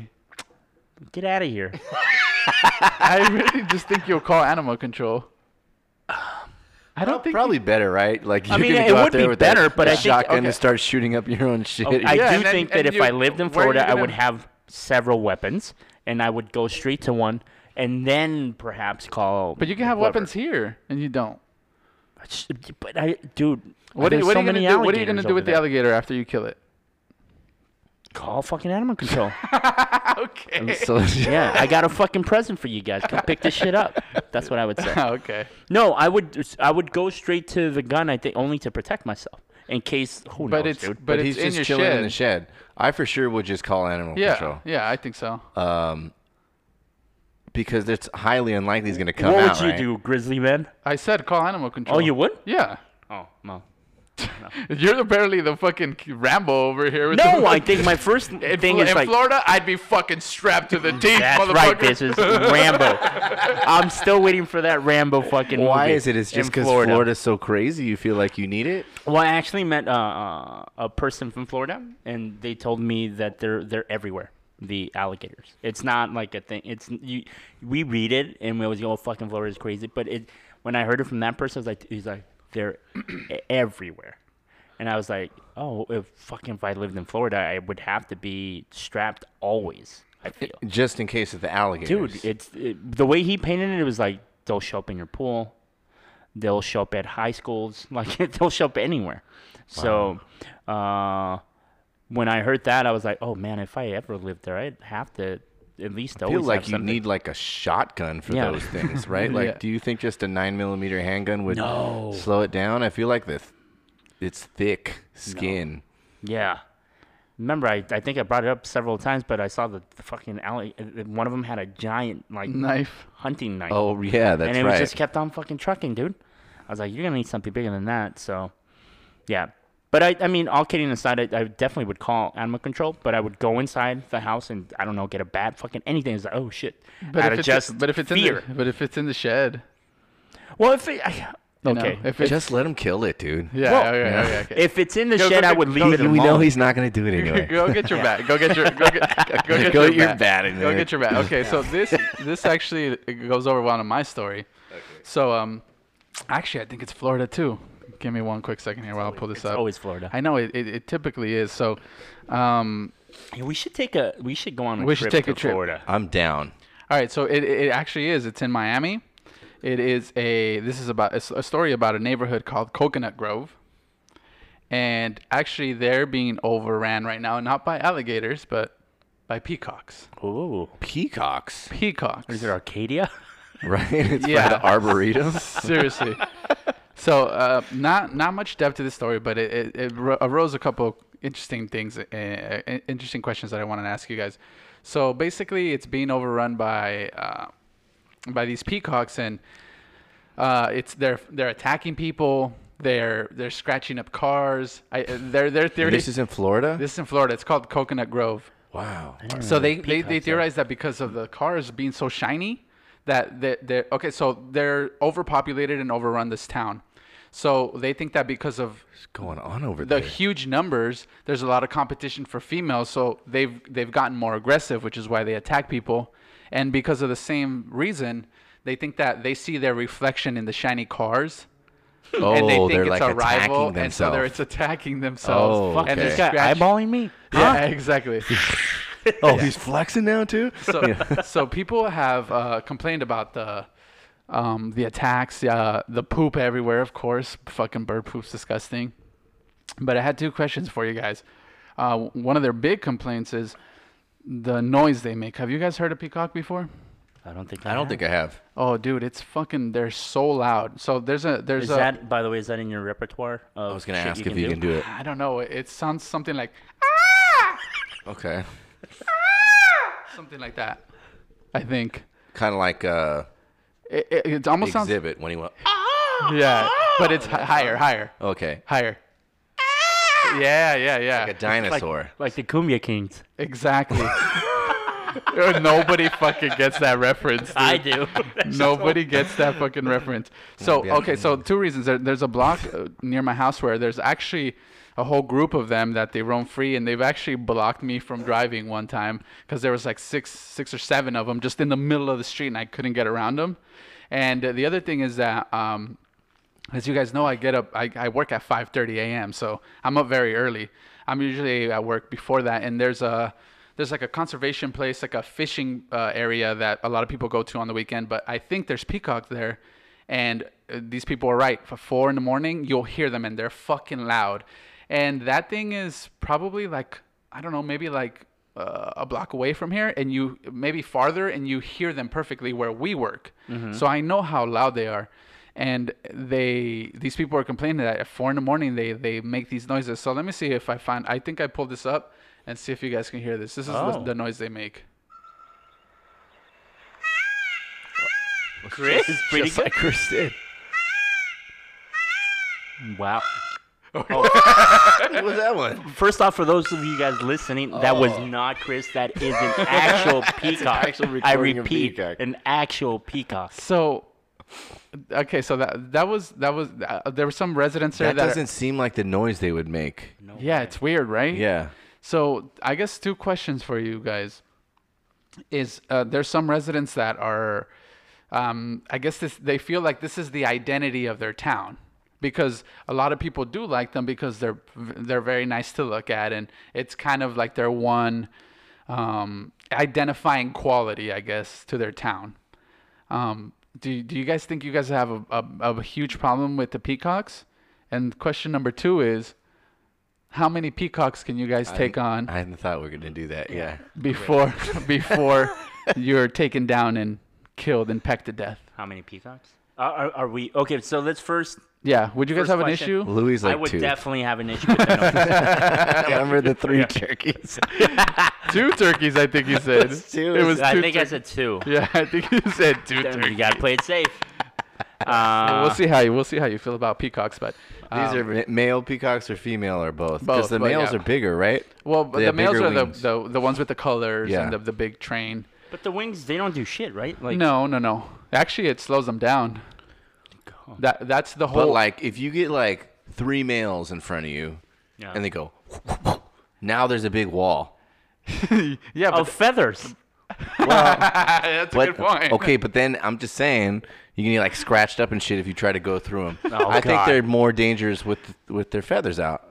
Get out of here. I really just think you'll call animal control. I don't think you- Probably better, right? Like you mean, can it go out would there be with better, that but I think- shotgun okay. and start shooting up your own shit. Oh, I Yeah, do and then- think and that if you- I lived in where are you Florida, I gonna- would have several weapons, and I would go straight to one, and then perhaps call. But you can have whoever. weapons here, and you don't. Sh- But I, dude, What, are, there's what so are you gonna do? What are many you alligators gonna do over with the there. alligator after you kill it? Call fucking animal control. okay. so, yeah, I got a fucking present for you guys. Come pick this shit up. That's what I would say. okay. No, I would, I would go straight to the gun. I think only to protect myself in case. Who But knows, it's dude? but, but it's he's in just your chilling shed. in the shed. I for sure would just call animal Yeah, control Um, yeah, I think so. because it's highly unlikely he's going to come What would out. you right? do, Grizzly Man? I said call animal control. Oh, you would? Yeah. Oh, no. You're apparently the fucking Rambo over here. With No, the, I think my first in, thing Flo- is in like Mm, Florida, I'd be fucking strapped to the teeth, That's motherfucker. right. This is Rambo. I'm still waiting for that Rambo fucking. Why movie is it? It's in just because Florida. Florida's so crazy. You feel like you need it. Well, I actually met uh, uh, a person from Florida, and they told me that they're they're everywhere. The alligators. It's not like a thing. It's you. We read it, and we always go, "Oh, fucking Florida's crazy." But it, when I heard it from that person, I was like, "He's like they're e-, everywhere," and I was like, "Oh, if fucking if I lived in Florida, I would have to be strapped always." I feel. Just in case of the alligators. dude it's it, the way he painted it it was like they'll show up in your pool they'll show up at high schools like they'll show up anywhere so uh when i heard that i was like oh man if i ever lived there i'd have to at least I always feel like have you something. need like a shotgun for Yeah. those things, right? Like, Yeah. do you think just a nine millimeter handgun would slow it down? I feel like the th- it's thick skin. yeah remember I, I think i brought it up several times but i saw the, the fucking alley uh, one of them had a giant like Knife. hunting knife Oh yeah, that's and it right. was just kept on fucking trucking, dude. I was like, you're gonna need something bigger than that. So, yeah. But I, I mean, all kidding aside, I, I definitely would call animal control. But I would go inside the house and I don't know, get a bat, fucking anything. It's like, oh shit. But Out if, of it's, just but if it's fear. in the but if it's in the shed, well, if it, I, you know, okay, if it's, just let him kill it, dude. yeah, well, okay, yeah. okay, okay. if it's in the Go- go shed, I get- would go leave it get- we alone. know he's not going to do it anyway. go get your bat. Go get your go get go get Go your, get your bat. bat in Go there. get your bat. Okay, so this this actually goes over one of my story. So um, actually, I think it's Florida too. Give me one quick second here while I pull this It's up. always Florida. I know it, it, it typically is. So, um, Hey, we should take a. We should go on a We should trip take to a trip. Florida. I'm down. all right. So it, it actually is. It's in Miami. It is a. This is about it's a story about a neighborhood called Coconut Grove. And actually, they're being overran right now, not by alligators, but by peacocks. Ooh, Peacocks, Peacocks. is it Arcadia? right? It's Yeah. yeah. the arboretum. Seriously. so uh, not not much depth to this story, but it, it, it ro- arose a couple interesting things, uh, uh, interesting questions that I wanted to ask you guys. So basically, it's being overrun by uh, by these peacocks, and uh, it's they're they're attacking people. They're they're scratching up cars. I, uh, their their theory. this is in Florida. this is in Florida. It's called Coconut Grove. wow. So they, they, they theorize that because of the cars being so shiny, that they- they're okay. So they're overpopulated and overrun this town. So they think that because of What's going on over the there? huge numbers, there's a lot of competition for females. So they've they've gotten more aggressive, which is why they attack people. And because of the same reason, they think that they see their reflection in the shiny cars, Oh, and they think they're it's like a rival, attacking and so themselves. they're it's attacking themselves. Oh, Fuck and they're this guy scratching- eyeballing me. Yeah, exactly. oh, he's flexing now too. so, so people have uh, complained about the um, the attacks, uh, the poop everywhere. Of course, fucking bird poop's disgusting. But I had two questions for you guys. Uh, one of their big complaints is the noise they make. Have you guys heard a peacock before? I don't think. I don't think I have. Oh, dude, it's fucking. They're so loud. So there's a there's Is a. that by the way? Is that in your repertoire? Of I was going to shit ask if you can do it. I don't know. It sounds something like Okay. something like that. I think Kind of like uh, it, it, it almost sounds exhibit when he went. yeah, but it's hi- higher, higher. Okay. Higher. Yeah, yeah, yeah. Ah! Like a dinosaur. Like the Cumbia Kings. exactly. Oh, Nobody fucking gets that reference. dude. I do. Nobody gets that fucking reference. So yeah. okay, so two reasons. There, there's a block uh, near my house where there's actually a whole group of them that they roam free, and they've actually blocked me from driving one time because there was like six, six or seven of them just in the middle of the street, and I couldn't get around them. And uh, the other thing is that um, as you guys know, I get up. I, I work at 5:30 a.m. So I'm up very early. I'm usually at work before that. And there's a there's like a conservation place, like a fishing uh, area that a lot of people go to on the weekend. But I think there's peacock there, and uh, these people are right. For four in the morning, you'll hear them, and they're fucking loud. And that thing is probably like I don't know, maybe like uh, a block away from here and you maybe farther and you hear them perfectly where we work so i know how loud they are and they these people are complaining that at four in the morning they they make these noises so let me see if i find i think i pulled this up and see if you guys can hear this this is Oh. the, the noise they make Chris is pretty Just good. like Chris did. Wow. What was that one? First off, for those of you guys listening, that was not Chris. That is an actual peacock. Oh. actual I recording of repeat, peacock. an actual peacock. so okay so that that was that was uh, there were some residents there That that, are- doesn't seem like the noise they would make. yeah it's weird right Yeah. So I guess two questions for you guys is uh, there's some residents that are, um, I guess this they feel like this is the identity of their town because a lot of people do like them because they're they're very nice to look at and it's kind of like their one um, identifying quality I guess to their town. Um, do do you guys think you guys have a, a, a huge problem with the peacocks? And question number two is, how many peacocks can you guys take on? I hadn't thought we were gonna do that. Yeah. before before you're taken down and killed and pecked to death. How many peacocks? Are, are, are we okay? So let's first. Yeah, would you guys First have question. an issue? Louis I like would two. definitely have an issue with the noise. Remember the three turkeys? Two turkeys, I think you said. two. It was I two think I tur- said two. Yeah, I think you said two Then You turkeys. gotta play it safe. Uh, we'll see how you we'll see how you feel about peacocks, but um, These are ma- male peacocks or female or both? Both, Because the but males yeah. are bigger, right? well, but they the have males bigger are the, wings. the the ones with the colors Yeah. and the, the big train. But the wings, they don't do shit, right? Like No, no, no. Actually, it slows them down. That that's the But whole like, if you get like three males in front of you, Yeah. and they go, now there's a big wall. yeah, but Oh, feathers. Oh, that's a But good point. okay, but then I'm just saying you can get like scratched up and shit if you try to go through them. Oh, I think God. they're more dangerous with with their feathers out.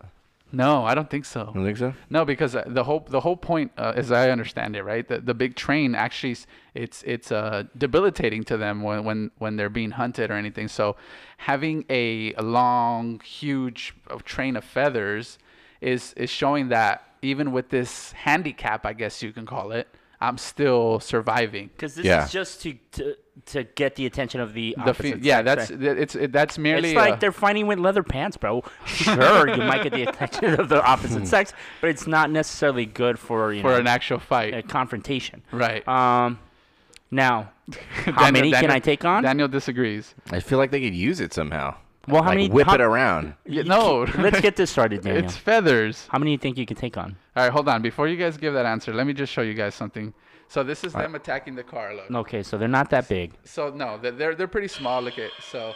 No, I don't think so. You think so? No, because uh, the whole the whole point, uh, as I understand it, right, the, the big train actually s- it's it's uh, debilitating to them when, when when they're being hunted or anything. So having a, a long, huge uh, train of feathers is is showing that even with this handicap, I guess you can call it, I'm still surviving. Because this Yeah. is just to, to to get the attention of the The opposite fe- yeah, sex, that's right? th- it's it, that's merely uh, It's like a- they're fighting with leather pants, bro. Sure, you might get the attention of the opposite sex, but it's not necessarily good for you for know an actual fight, a confrontation. right? Um, now, how Daniel- many can Daniel- I take on? Daniel disagrees. I feel like they could use it somehow. Well, how like many- Whip how- it around. Yeah, no, Let's get this started, Daniel. it's feathers. How many do you think you can take on? All right, hold on. Before you guys give that answer, let me just show you guys something. So this is them attacking the car. Look. Okay, so they're not that big. So no, they're- they're they're pretty small. Look at so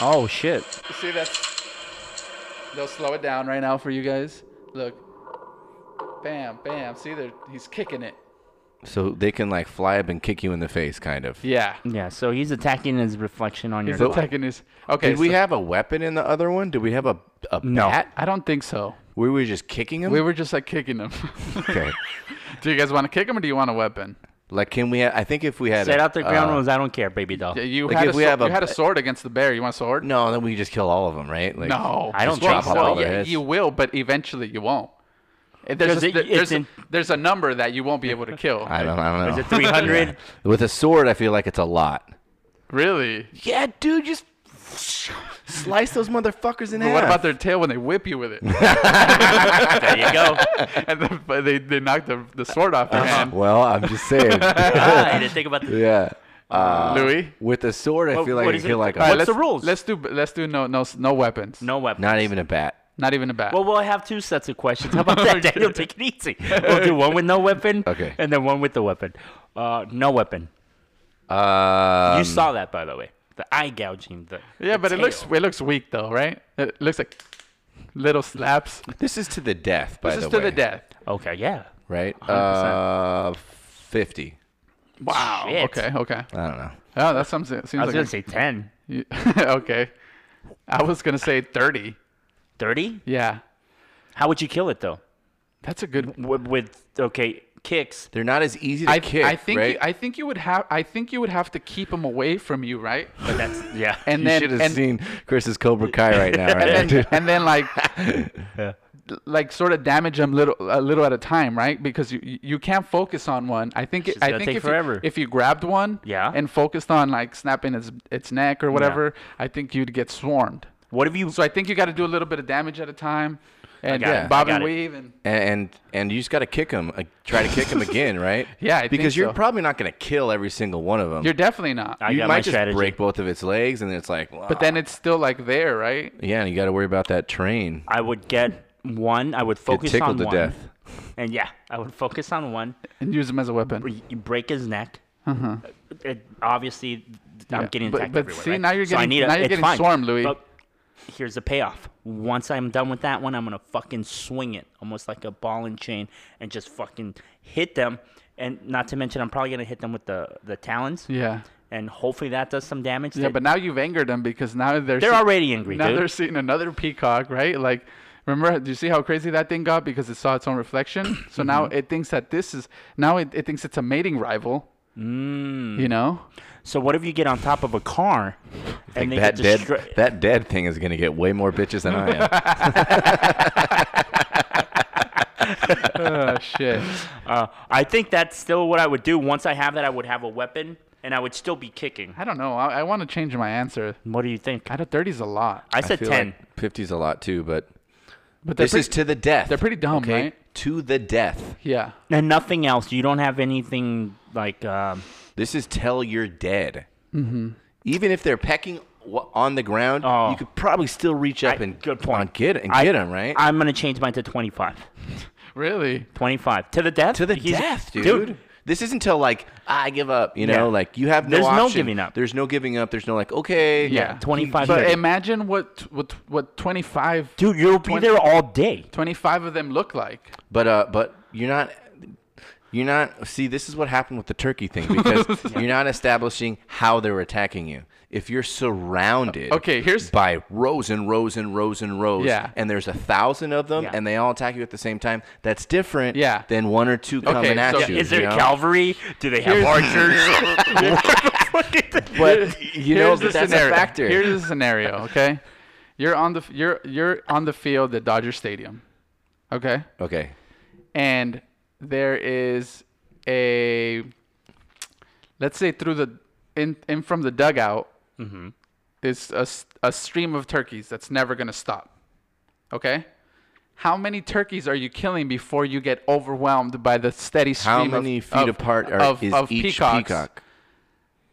Oh shit! see that's they'll slow it down right now for you guys. Look, bam, bam. See there, he's kicking it. So they can like fly up and kick you in the face, kind of. Yeah, Yeah, so he's attacking his reflection on your. he's attacking his. Okay, Did we so- have a weapon in the other one? Did we have a, a No. bat? I don't think so. Were we just kicking them? We were just like kicking him. okay. do you guys want to kick him or do you want a weapon? Like, can we? Ha- I think if we had Set a- out the ground uh, rules. I don't care, baby doll. Yeah, You Like, had if a we swo- have a- you had a sword against the bear. You want a sword? No, then we just kill all of them, right? Like, No, I don't Well, think well, so. yeah, Yes. you will, but eventually you won't. There's Because a, it- it's there's, a, in- there's a number that you won't be able to kill. I don't. I don't Is know. it 300? With a sword, I feel like it's a lot. really? Yeah, dude, just slice those motherfuckers in But what about their tail when they whip you with it? There you go. and then, but they, they knock the, the sword off your Uh-huh. hand. Uh, Well, I'm just saying. Ah, I didn't think about the. yeah. Uh, Louis? With a sword, I What- feel like what I is feel it? like All a, right, let's, the rules? Let's do let's do no no no weapons. No weapon. not even a bat. Not even a bat. Well, we'll have two sets of questions. How about that, Daniel? Take it easy. We'll do one with no weapon, Okay. and then one with the weapon. Uh, no weapon. Um, you saw that, by the way. The eye gouging. The yeah, the but it looks tail. it looks weak though, right? It looks like little slaps. This is to the death. By This is the to way, the death. okay. Yeah. Right. 100%. Uh, fifty. Wow. Shit. Okay. Okay. I don't know. Oh, that sounds it seems I like was gonna a- say 10. you- okay. I was gonna say thirty. 30? Yeah, How would you kill it though? that's a good. With, with okay kicks. They're not as easy to I, kick. I think right? you, I think you would have I think you would have to keep him away from you, right? But that's yeah. And You then should have and, seen Chris's Cobra Kai right now. Right and there, then dude. and then like like sort of damage him little a little at a time, right? Because you you you can't focus on one. I think it, It's I gonna think take if forever. You, if you grabbed one Yeah. and focused on like snapping its its neck or whatever, I think you'd get swarmed. what if you? So I think you got to do a little bit of damage at a time, and got yeah, it. bob I got and it. weave and and and, and you just got to kick him. Uh, try to kick him again, right? Yeah, I think because you're so. probably not going to kill every single one of them. you're definitely not. I you got might my just strategy. break both of its legs, and then it's like. but then it's still like there, right? yeah, and you got to worry about that train. I would get one. I would Get focus on tickled to one. death. And yeah, I would focus on one. And use them as a weapon. You break his neck. Uh-huh. It, obviously, I'm Yeah, getting but- attacked but everywhere. see, right? now you're So I getting- need a- now you're it's getting fine. swarmed, Louis. But here's the payoff. Once I'm done with that one, I'm gonna fucking swing it almost like a ball and chain, and just fucking hit them. And not to mention, I'm probably gonna hit them with the the talons, Yeah. and hopefully that does some damage. Yeah, They- but now you've angered them because now they're they're see- already angry, now dude. they're seeing another peacock, right? Like, remember? Do you see how crazy that thing got because it saw its own reflection? So now it thinks that this is now it, it thinks it's a mating rival. Mm. You know? So what if you get on top of a car, and that they dead get destroy- that dead thing is going to get way more bitches than I am. oh shit! Uh, I think that's still what I would do. Once I have that, I would have a weapon, and I would still be kicking. I don't know. I, I want to change my answer. What do you think? I know thirty's a lot, I said feel ten. like 50's a lot too, but but they're this pretty, is to the death. they're pretty dumb, okay? right? To the death. Yeah. And nothing else. You don't have anything like. Um, This is tell you're dead. Mm-hmm. Even if they're pecking w- on the ground, Oh. you could probably still reach up I- and good point. and get and I- get him right I'm gonna change mine to 25. Really? 25 to the death. to the He's- death, dude. This isn't till like "Ah, I give up. You know, Yeah. like you have no. There's no option. giving up. There's no giving up. There's no like okay. Yeah. 25. But 30. imagine what what what 25, dude, you'll be 20 there all day. 25 of them look like. But uh, but you're not. You're not. See, this is what happened with the turkey thing because you're not establishing how they're attacking you. If you're surrounded, Okay, here's- by rows and rows and rows and rows, Yeah. and there's a thousand of them, Yeah. and they all attack you at the same time. That's different, Yeah. than one or two coming at so- you. Is there you know? cavalry? Do they have archers? But you know Here's that the that's scenario. a factor. Here's the scenario, okay? You're on the f- you're you're on the field at Dodger Stadium. Okay? okay, And there is a let's say through the in, in from the dugout Mm-hmm. is a, s- a stream of turkeys that's never going to stop. Okay? How many turkeys are you killing before you get overwhelmed by the steady stream how of- many of- feet apart are, of, is of each peacocks? peacock?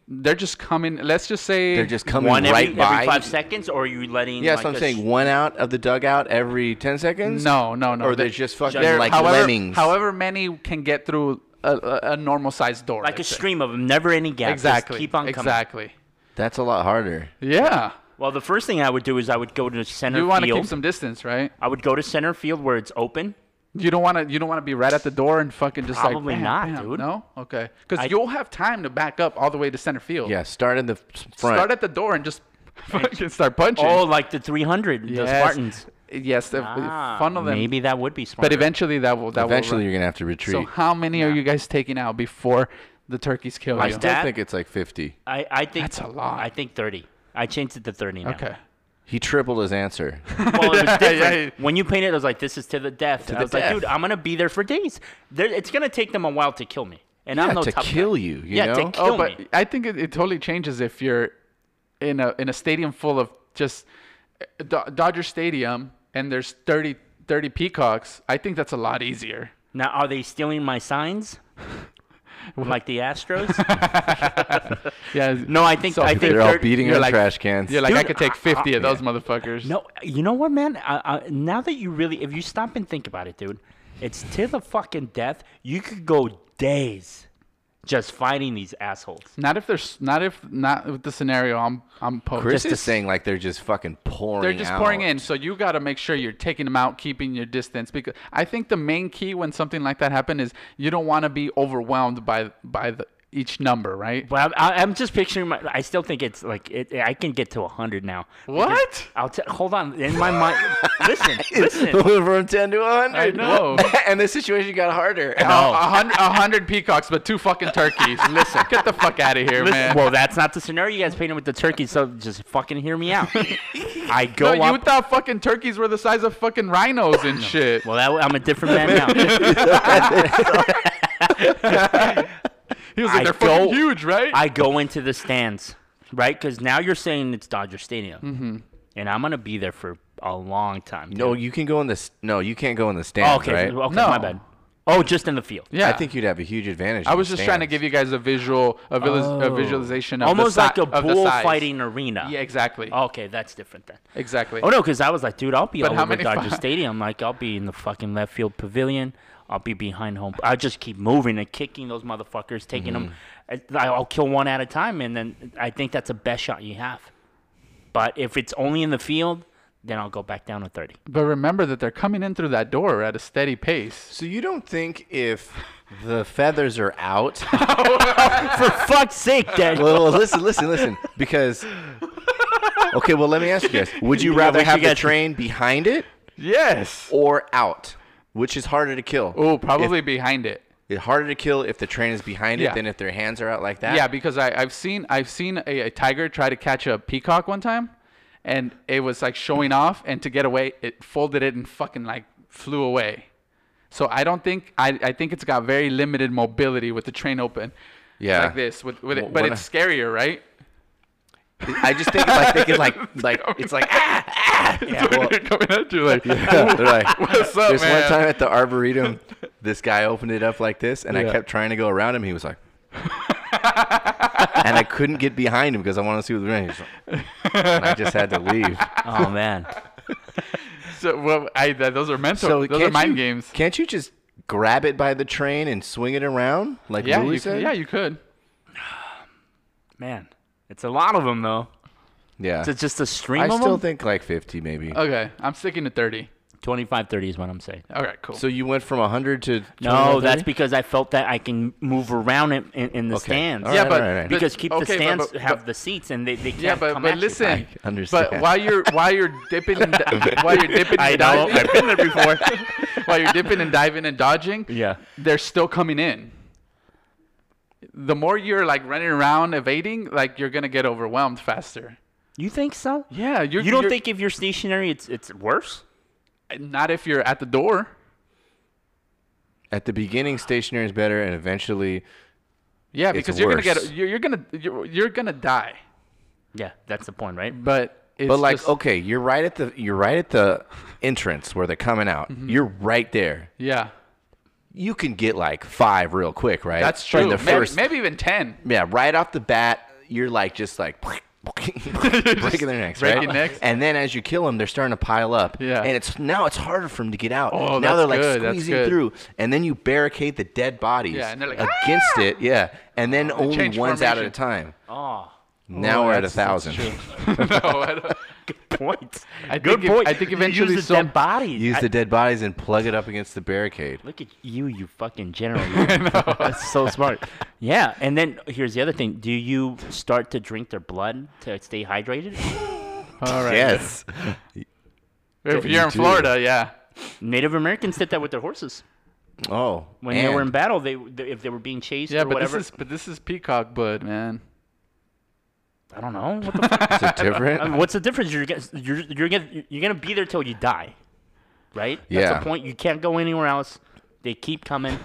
They're just coming. Let's just say They're just coming One right every, by. every five seconds, or are you letting? Yes, like, I'm a saying s- one out of the dugout every ten seconds. No, no, no. Or They- they're just fucking they're- like however, lemmings. However many can get through a, a, a normal sized door. like a let's say. stream of them, never any gaps. just Exactly. keep on coming. Exactly. That's a lot harder. Yeah. Well, the first thing I would do is I would go to center You want to field. keep some distance, right? I would go to center field where it's open. You don't want to. You don't want to be right at the door and fucking just Probably like. bam, not, bam. dude. No. Okay. Because I- you'll have time to back up all the way to center field. Yeah, start in the s- front. Start at the door and just fucking start punching. Oh, like the 300, the Yes. Spartans. Yes. If, Ah, funnel them. Maybe that would be smart. But eventually that will. That Eventually, Will you're gonna have to retreat. so how many are you guys taking out before the turkeys kill I you? still- I That- think it's like 50. I, I think That's a lot. I think 30. I changed it to 30 now. okay. He tripled his answer. Well, it was different. yeah. When you painted, it, I was like, "This is to the death." I the was like, death. "Dude, I'm gonna be there for days. They're, it's gonna take them a while to kill me, and I'm Yeah, no to tough guy. kill you, you yeah, know? to kill oh, but me. I think it, it totally changes if you're in a in a stadium full of just eh, Do- Dodger Stadium and there's 30, 30 peacocks. I think that's a lot easier. Now, are they stealing my signs? like the Astros. Yeah. No, I think So- I think They're all they're- beating you're on like- trash cans. You're like, I Dude, could take 50 of those motherfuckers. No, you know what, man? I, I, now that you really, if you stop and think about it, dude, it's to the fucking death. You could go days just fighting these assholes. Not if there's not if not with the scenario I'm I'm posing. Chris Just is saying like they're just fucking pouring. they're just out. pouring in, so you got to make sure you're taking them out, keeping your distance. Because I think the main key when something like that happens is you don't want to be overwhelmed by by the, each number, right? Well, I, I'm just picturing. My, I still think it's like it, I can get to hundred now. Because What? I'll t- hold on. In my mind, listen, listen. From ten to hundred. I know. and the situation got harder. Oh. A a hundred, a hundred peacocks, but two fucking turkeys. Listen, get the fuck out of here, man. Well, that's not the scenario you guys painted with the turkey, so just fucking hear me out. I go No, you up. thought fucking turkeys were the size of fucking rhinos and shit. well, that, I'm a different man now. He was like, I they're fucking go- huge, right? I go into the stands, right? Because now you're saying it's Dodger Stadium, Mm-hmm. and I'm gonna be there for a long time. dude. no, you can go in the. s- No, you can't go in the Oh, stands. okay, Right? okay, No. my bad. Oh, just in the field. yeah, I think you'd have a huge advantage. I was just trying to give you guys a visual, a, visu- a visualization of Oh. almost the si- like a of the size. bullfighting arena. Oh. Yeah, exactly. Okay, that's different then. Exactly. Oh no, because I was like, dude, I'll be But all how over many Dodger fi- Stadium. Like, I'll be in the fucking left field pavilion. I'll be behind home. I just keep moving and kicking those motherfuckers, taking them. I, I'll kill one at a time, and then I think that's the best shot you have. But if it's only in the field, then I'll go back down to thirty. But remember that they're coming in through that door at a steady pace. So you don't think if the feathers are out? For fuck's sake, Dad. well, well, listen, listen, listen. Because. Okay, well, let me ask you guys: Would you Yeah, rather we should have the get- train behind it Yes. or out? Which is harder to kill? Oh, probably behind it. It's harder to kill if the train is behind it Yeah. than if their hands are out like that. Yeah, because I, I've seen I've seen a, a tiger try to catch a peacock one time, and it was like showing off, and to get away, it folded it and fucking like flew away. So I don't think I, I think it's got very limited mobility with the train open. Yeah. Like this with with it, Wh- but when it's scarier, right? I just think like they can like like it's like ah ah. Yeah, well, They're coming at you like they're like What's up, There's Oh, man? one time at the arboretum, this guy opened it up like this, and I Yeah. kept trying to go around him. He was like, and I couldn't get behind him because I wanted to see what the ring. was like, and I just had to leave. Oh man. so. Well, I that, those are mental. So those are can't mind you, games. Can't you just grab it by the train and swing it around like Yeah, Louis you could, said? yeah, you could. Man, it's a lot of them though. yeah. It's just a stream I of still them. think like 50 maybe. Okay, I'm sticking to 30. 25, 30 is what I'm saying. All right, cool. so you went from 100 to No, that's 25, 30? because I felt that I can move around it in, in the Okay. stands. All yeah, right, but all right, all right. Because keep okay, the but- stands but- have the seats and they, they can't yeah, but come but at you. listen, I understand. but while you're while you're dipping and di- while you're dipping, I and know. dodging- I've been there before. while you're dipping and diving and dodging, Yeah. they're still coming in. The more you're like running around evading, like you're gonna get overwhelmed faster. You think so? Yeah, you're, You don't you're- think if you're stationary, it's it's worse? not if you're at the door. At the beginning, stationary is better, and eventually, Yeah, It's because you're gonna worse. get you're, you're gonna you're, you're gonna die. Yeah, that's the point, right? But it's but like, just- okay, you're right at the you're right at the entrance where they're coming out. Mm-hmm. You're right there. yeah, You can get like five real quick, right? that's true. In the maybe, first, maybe even ten. yeah, right off the bat, you're like just like breaking their necks, breaking right? necks. And then as you kill them, they're starting to pile up. Yeah. and it's now it's harder for them to get out. Oh, now that's they're like good, that's squeezing good. through, and then you barricade the dead bodies Yeah, and they're like, "Ah!" Oh, against it. Yeah, and then change only one's out at a formation. time. Oh, Now we're at a that's- that's thousand. no, I don't- point. I Good think if- point. I think You eventually use the some- dead body. Use the dead bodies and plug it up against the barricade. Look at you, you fucking general. That's so smart. Yeah, and then here's the other thing. Do you start to drink their blood to stay hydrated? All right. Yes. If you're in do. Florida, yeah. Native Americans did that with their horses. Oh. When they and- were in battle, they, they if they were being chased Yeah, or but whatever. this is but this is peacock blood, man. I don't know. What the fuck? Is it I different? mean, what's the difference? You're gonna, you're you're gonna you're gonna be there till you die, right? Yeah. That's the point. You can't go anywhere else. They keep coming.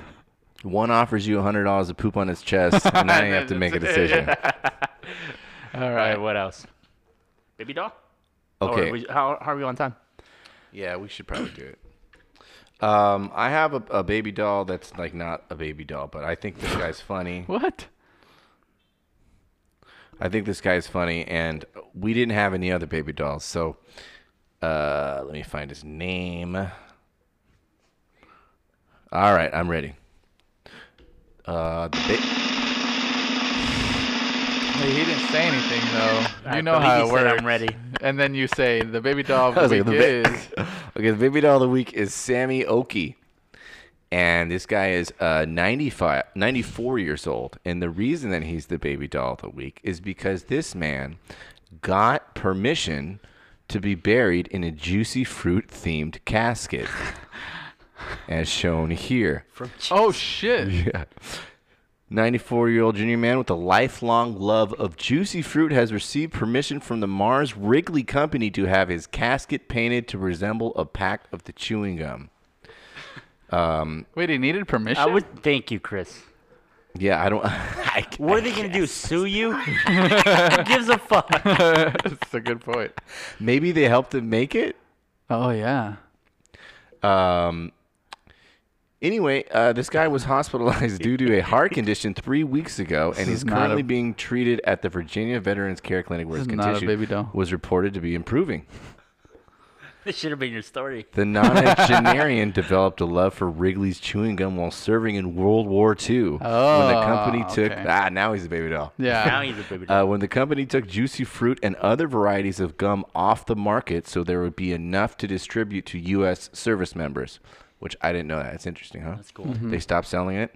One offers you hundred dollars to poop on his chest, and now you have to make a decision. All All right. right. What else? Baby doll. Or Okay. we- how, how are we on time? Yeah, we should probably do it. Um, I have a, a baby doll that's like not a baby doll, but I think this guy's funny. What? I think this guy's funny, and we didn't have any other baby dolls, so uh, let me find his name. All right, I'm ready. Uh, the Hey, he didn't say anything though. You know believe how he it said, works. "I'm ready." And then you say the baby doll of I the was like, week "The ba- is ba- okay, the baby doll of the week is Sammy Oki, and this guy is uh, 95, 94 years old. And the reason that he's the baby doll of the week is because this man got permission to be buried in a juicy fruit themed casket, as shown here. oh shit. Yeah. 94 year old junior man with a lifelong love of juicy fruit has received permission from the Mars Wrigley Company to have his casket painted to resemble a pack of the chewing gum. Wait, he needed permission. I would thank you, Chris. Yeah, I don't. I, What are they gonna do? Sue you? Who gives a fuck? That's a good point. maybe they helped him make it? Oh yeah. Um, anyway, uh, this guy was hospitalized due to a heart condition three weeks ago, and he's is not a- currently being treated at the Virginia Veterans Care Clinic, where This his is not a condition baby doll. was reported to be improving. This should have been your story. The nonagenarian developed a love for Wrigley's chewing gum while serving in World War II. when the Oh, company took okay. ah now he's a baby doll. Now Yeah. he's a baby. Uh, when the company took juicy fruit and other varieties of gum off the market, so there would be enough to distribute to U.S. service members, which I didn't know that. That's interesting, huh? That's cool. They stopped selling it.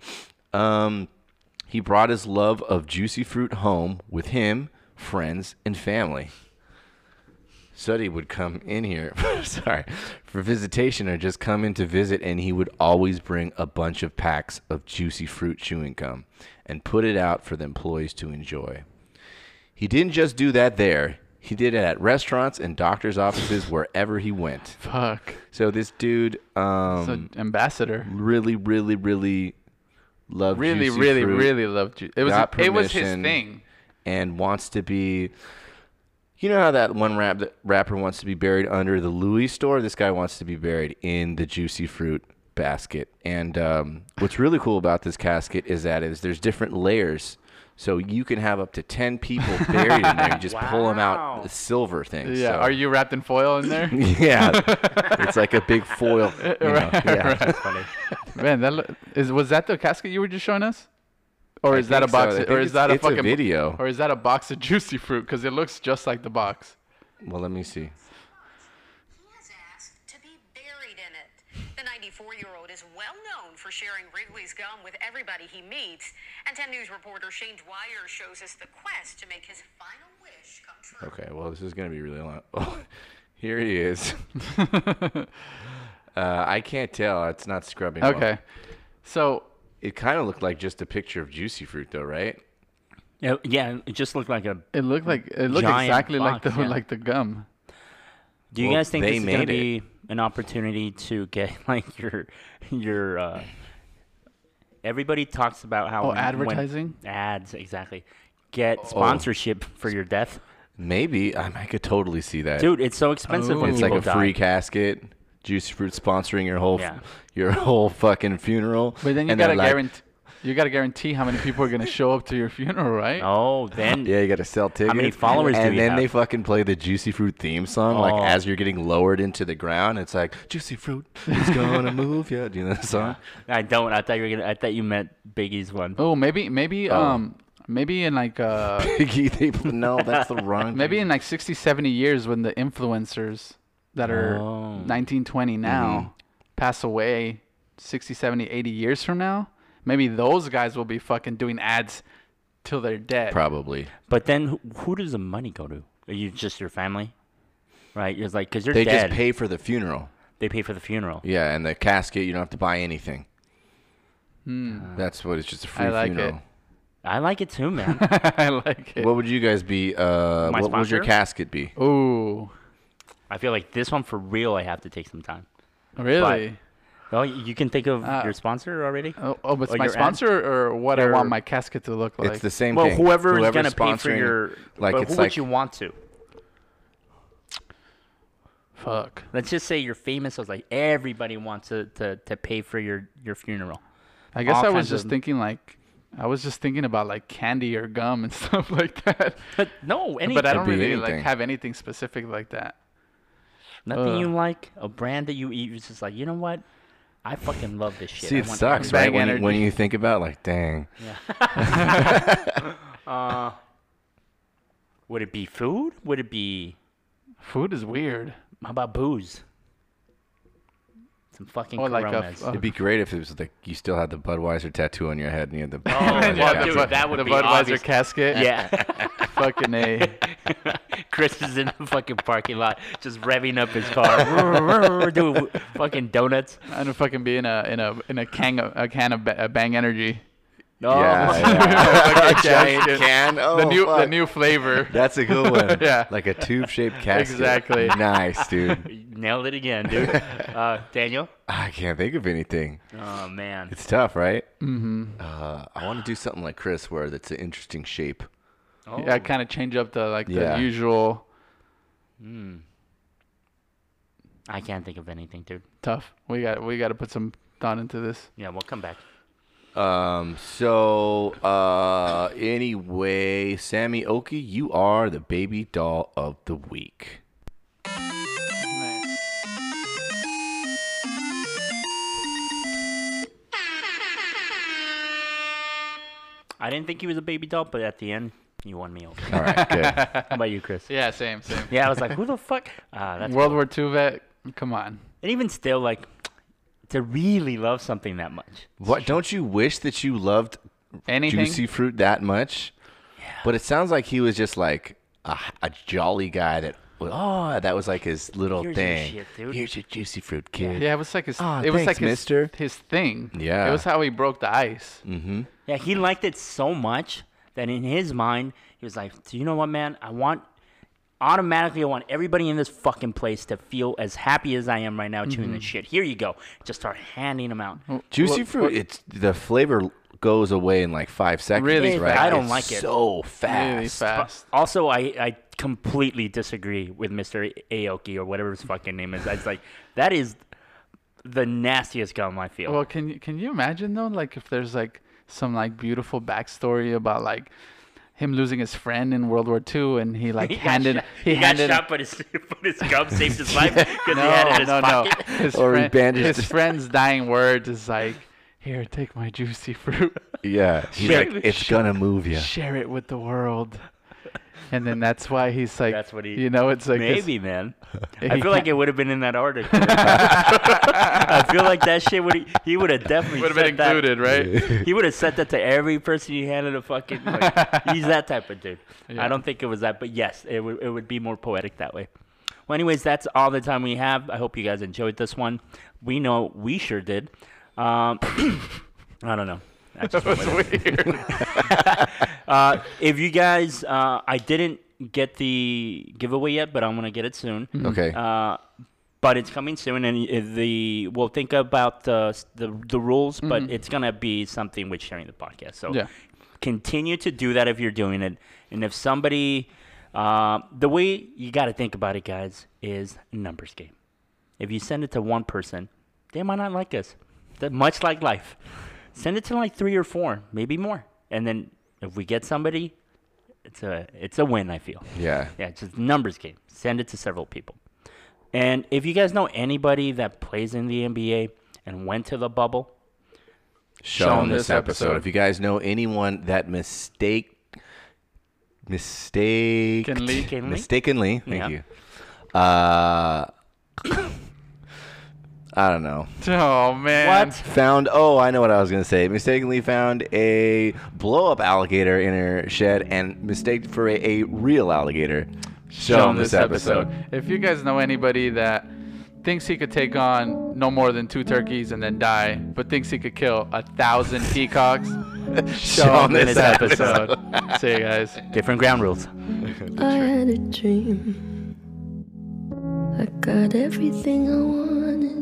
Um, he brought his love of juicy fruit home with him, friends, and family. Suddy would come in here, sorry, for visitation or just come in to visit, and he would always bring a bunch of packs of juicy fruit chewing gum and put it out for the employees to enjoy. He didn't just do that there, he did it at restaurants and doctor's offices wherever he went. Fuck. So this dude, um, So ambassador. really, really, really loved Really, juicy really, fruit really loved you. It was got it was his permission. thing. and wants to be. You know how that one rap, rapper wants to be buried under the Louis store. This guy wants to be buried in the juicy fruit basket. And um, what's really cool about this casket is that is there's different layers, so you can have up to ten people buried in there. You just pull them out, Wow. with silver things. Yeah. so- Are you wrapped in foil in there? Yeah, it's like a big foil. You know? yeah. Man, that lo- is was that the casket you were just showing us? Or I is that a think so. box? I or think is it's- that a it's fucking video? Or is that a box of juicy fruit? Because it looks just like the box. Well, let me see. He has asked to be buried in it. The 94 year old is well known for sharing Wrigley's gum with everybody he meets. And 10 News reporter Shane Dwyer shows us the quest to make his final wish come true. Okay, well, this is going to be really long. Here he is. uh, I can't tell. It's not scrubbing. well. Okay. So It kind of looked like just a picture of juicy fruit, though, right? Yeah, yeah, it just looked like a. it looked like it looked Giant exactly like box, the yeah. like the gum. Do you Well, guys think they this is gonna made be it. an opportunity to get like your your? uh Everybody talks about how Oh, when- when- advertising? ads exactly. Oh. Get sponsorship for your death, Maybe. I, I could totally see that. dude. It's so expensive when it's like people a die. free casket. Juicy fruit sponsoring your whole, Yeah. your whole fucking funeral. But then you And they're gotta like, guarantee you gotta guarantee how many people are gonna show up to your funeral, right? Oh, then Yeah, you gotta sell tickets. many followers do And you then have? they fucking play the Juicy Fruit theme song, like Oh. as you're getting lowered into the ground. It's like Juicy Fruit is gonna move you. Do you know that song? I don't. I thought you were gonna. I thought you meant Biggie's one. Oh, maybe maybe um maybe in like uh Piggy, they no, that's the wrong. Hmm. maybe in like 60 70 years when the influencers that are Oh. nineteen twenty now pass away 60 70 80 years from now maybe those guys will be fucking doing ads till they're dead probably But then, who, who does the money go to? Are you just your family, right? It's like because you're they dead. just pay for the funeral. they pay for the funeral. Yeah, and the casket, you don't have to buy anything. That's what it's just a free I like funeral. I like it too, man. i like it What would you guys be? Uh, My what would your sponsor? casket be? ooh I feel like this one for real. I have to take some time. really Oh, y- you can think of Uh, your sponsor already. oh, oh, but it's Or my your ad? sponsor or what i Your- want my casket to look like It's the same well, thing. whoever is Whoever's gonna pay for sponsoring- your like but it's who like would you want to? Fuck. Let's just say you're famous. I was like, everybody wants to, to, to pay for your, your funeral. I guess All I was kinds just of- thinking like, I was just thinking about like candy or gum and stuff like that. But no, anything. But I don't be really like anything. have anything specific like that. Nothing Ugh. you like, a brand that you eat, you're just like, you know what? I fucking love this shit. See, I it want sucks, bag right? When you, energy. when you think about like, dang, Would it be food? Would it be Food is weird. how about booze? Some fucking Or like a- Coronas. a- it'd be great if it was like you still had the Budweiser tattoo on your head and you had the. well, Yeah, Oh, dude, the- that would the be Budweiser obvious. casket. yeah, Fucking a. Chris is in the fucking parking lot, just revving up his car, doing fucking donuts. I'd fucking be in a in a in a can of, a can of ba- a Bang Energy. No, Yeah, Like a giant casket. can. Oh, the new the fuck. new flavor. That's a good one. Yeah. like a tube-shaped casket. Exactly. Nice, dude. Oh, nailed it again, dude. Uh, Daniel. I can't think of anything. Oh man. It's tough, right? Mm-hmm. Uh, I want to do something like Chris, where that's an interesting shape. Oh. Yeah, kind of change up the like Yeah. the usual I can't think of anything, dude. tough. We got we got to put some thought into this. Yeah, we'll come back. Um. So, uh, anyway, Sammy Oki, you are the baby doll of the week. I didn't think he was a baby doll, but at the end, you won me over. All right, good. How about you, Chris? Yeah, same same. Yeah, I was like, who the fuck? Ah, that's World War II vet. Come on. and even still, like, to really love something that much. what don't you wish that you loved Anything. juicy fruit that much? But it sounds like he was just like a, a jolly guy that. Oh, that was like his little Here's your thing. shit, dude. Here's your juicy fruit, kid. Yeah, it was like his. Ah, it was thanks, like his, mister. his thing. Yeah. Mm. It was how he broke the ice. Yeah, he liked it so much that in his mind, he was like, do you know what, man? I want, automatically, I want everybody in this fucking place to feel as happy as I am right now Mm-hmm. chewing this shit. Here you go. Just start handing them out. Juicy fruit, it's the flavor goes away in like five seconds. Really right? fast. I don't It's like it. So fast. Really fast. Also, I, I completely disagree with Mr. Aoki or whatever his fucking name is. I was like, that is the nastiest gum I feel. Well, can you can you imagine though, like if there's like some like beautiful backstory about like him losing his friend in World War II and he like He got handed shot- he, handed got shot, but his, but his gum saved his life because he had it in his pocket. His, Or he friend- bandaged his it. friend's dying words is like, "Here, take my juicy fruit, Yeah. He's Shit. like, it's gonna move you. share it with the world." And then that's why he's like, That's what he- you know, it's like his- Maybe, man. he I feel like can't- it would have been in that article. I feel like that shit would he would have definitely would have been said that- included, right? He would have said that to every person he handed a fucking. Like, he's that type of dude. I don't think it was that, but yes, it would it would be more poetic that way. Well, anyways, that's all the time we have. I hope you guys enjoyed this one. We know we sure did. Um, I don't know. I just went with it. Uh, if you guys, uh, I didn't get the giveaway yet, but I'm gonna get it soon. Okay. Uh, but it's coming soon, and i- the we'll think about the s- the, the rules, but it's gonna be something with sharing the podcast. So Yeah. continue to do that if you're doing it, and if somebody, uh, the way you got to think about it, guys, is numbers game. If you send it to one person, they might not like us. That much like life, send it to like three or four, maybe more, and then if we get somebody, it's a it's a win. I feel. yeah. Yeah, it's just numbers game. Send it to several people. And if you guys know anybody that plays in the NBA and went to the bubble, Show, Show them 'em this this episode. episode. If you guys know anyone that mistake mistake Mistakenly. mistakenly, thank Yeah. you. Uh I don't know. Oh man, what? Found oh, I know what I was gonna say. Mistakenly found a blow up alligator in her shed and mistaked for a, a real alligator. Show, 'em this episode. If you guys know anybody that thinks he could take on no more than two turkeys and then die, but thinks he could kill a thousand peacocks, show Show 'em 'em this this episode. See you guys. Different ground rules. I had a dream. I got everything I wanted.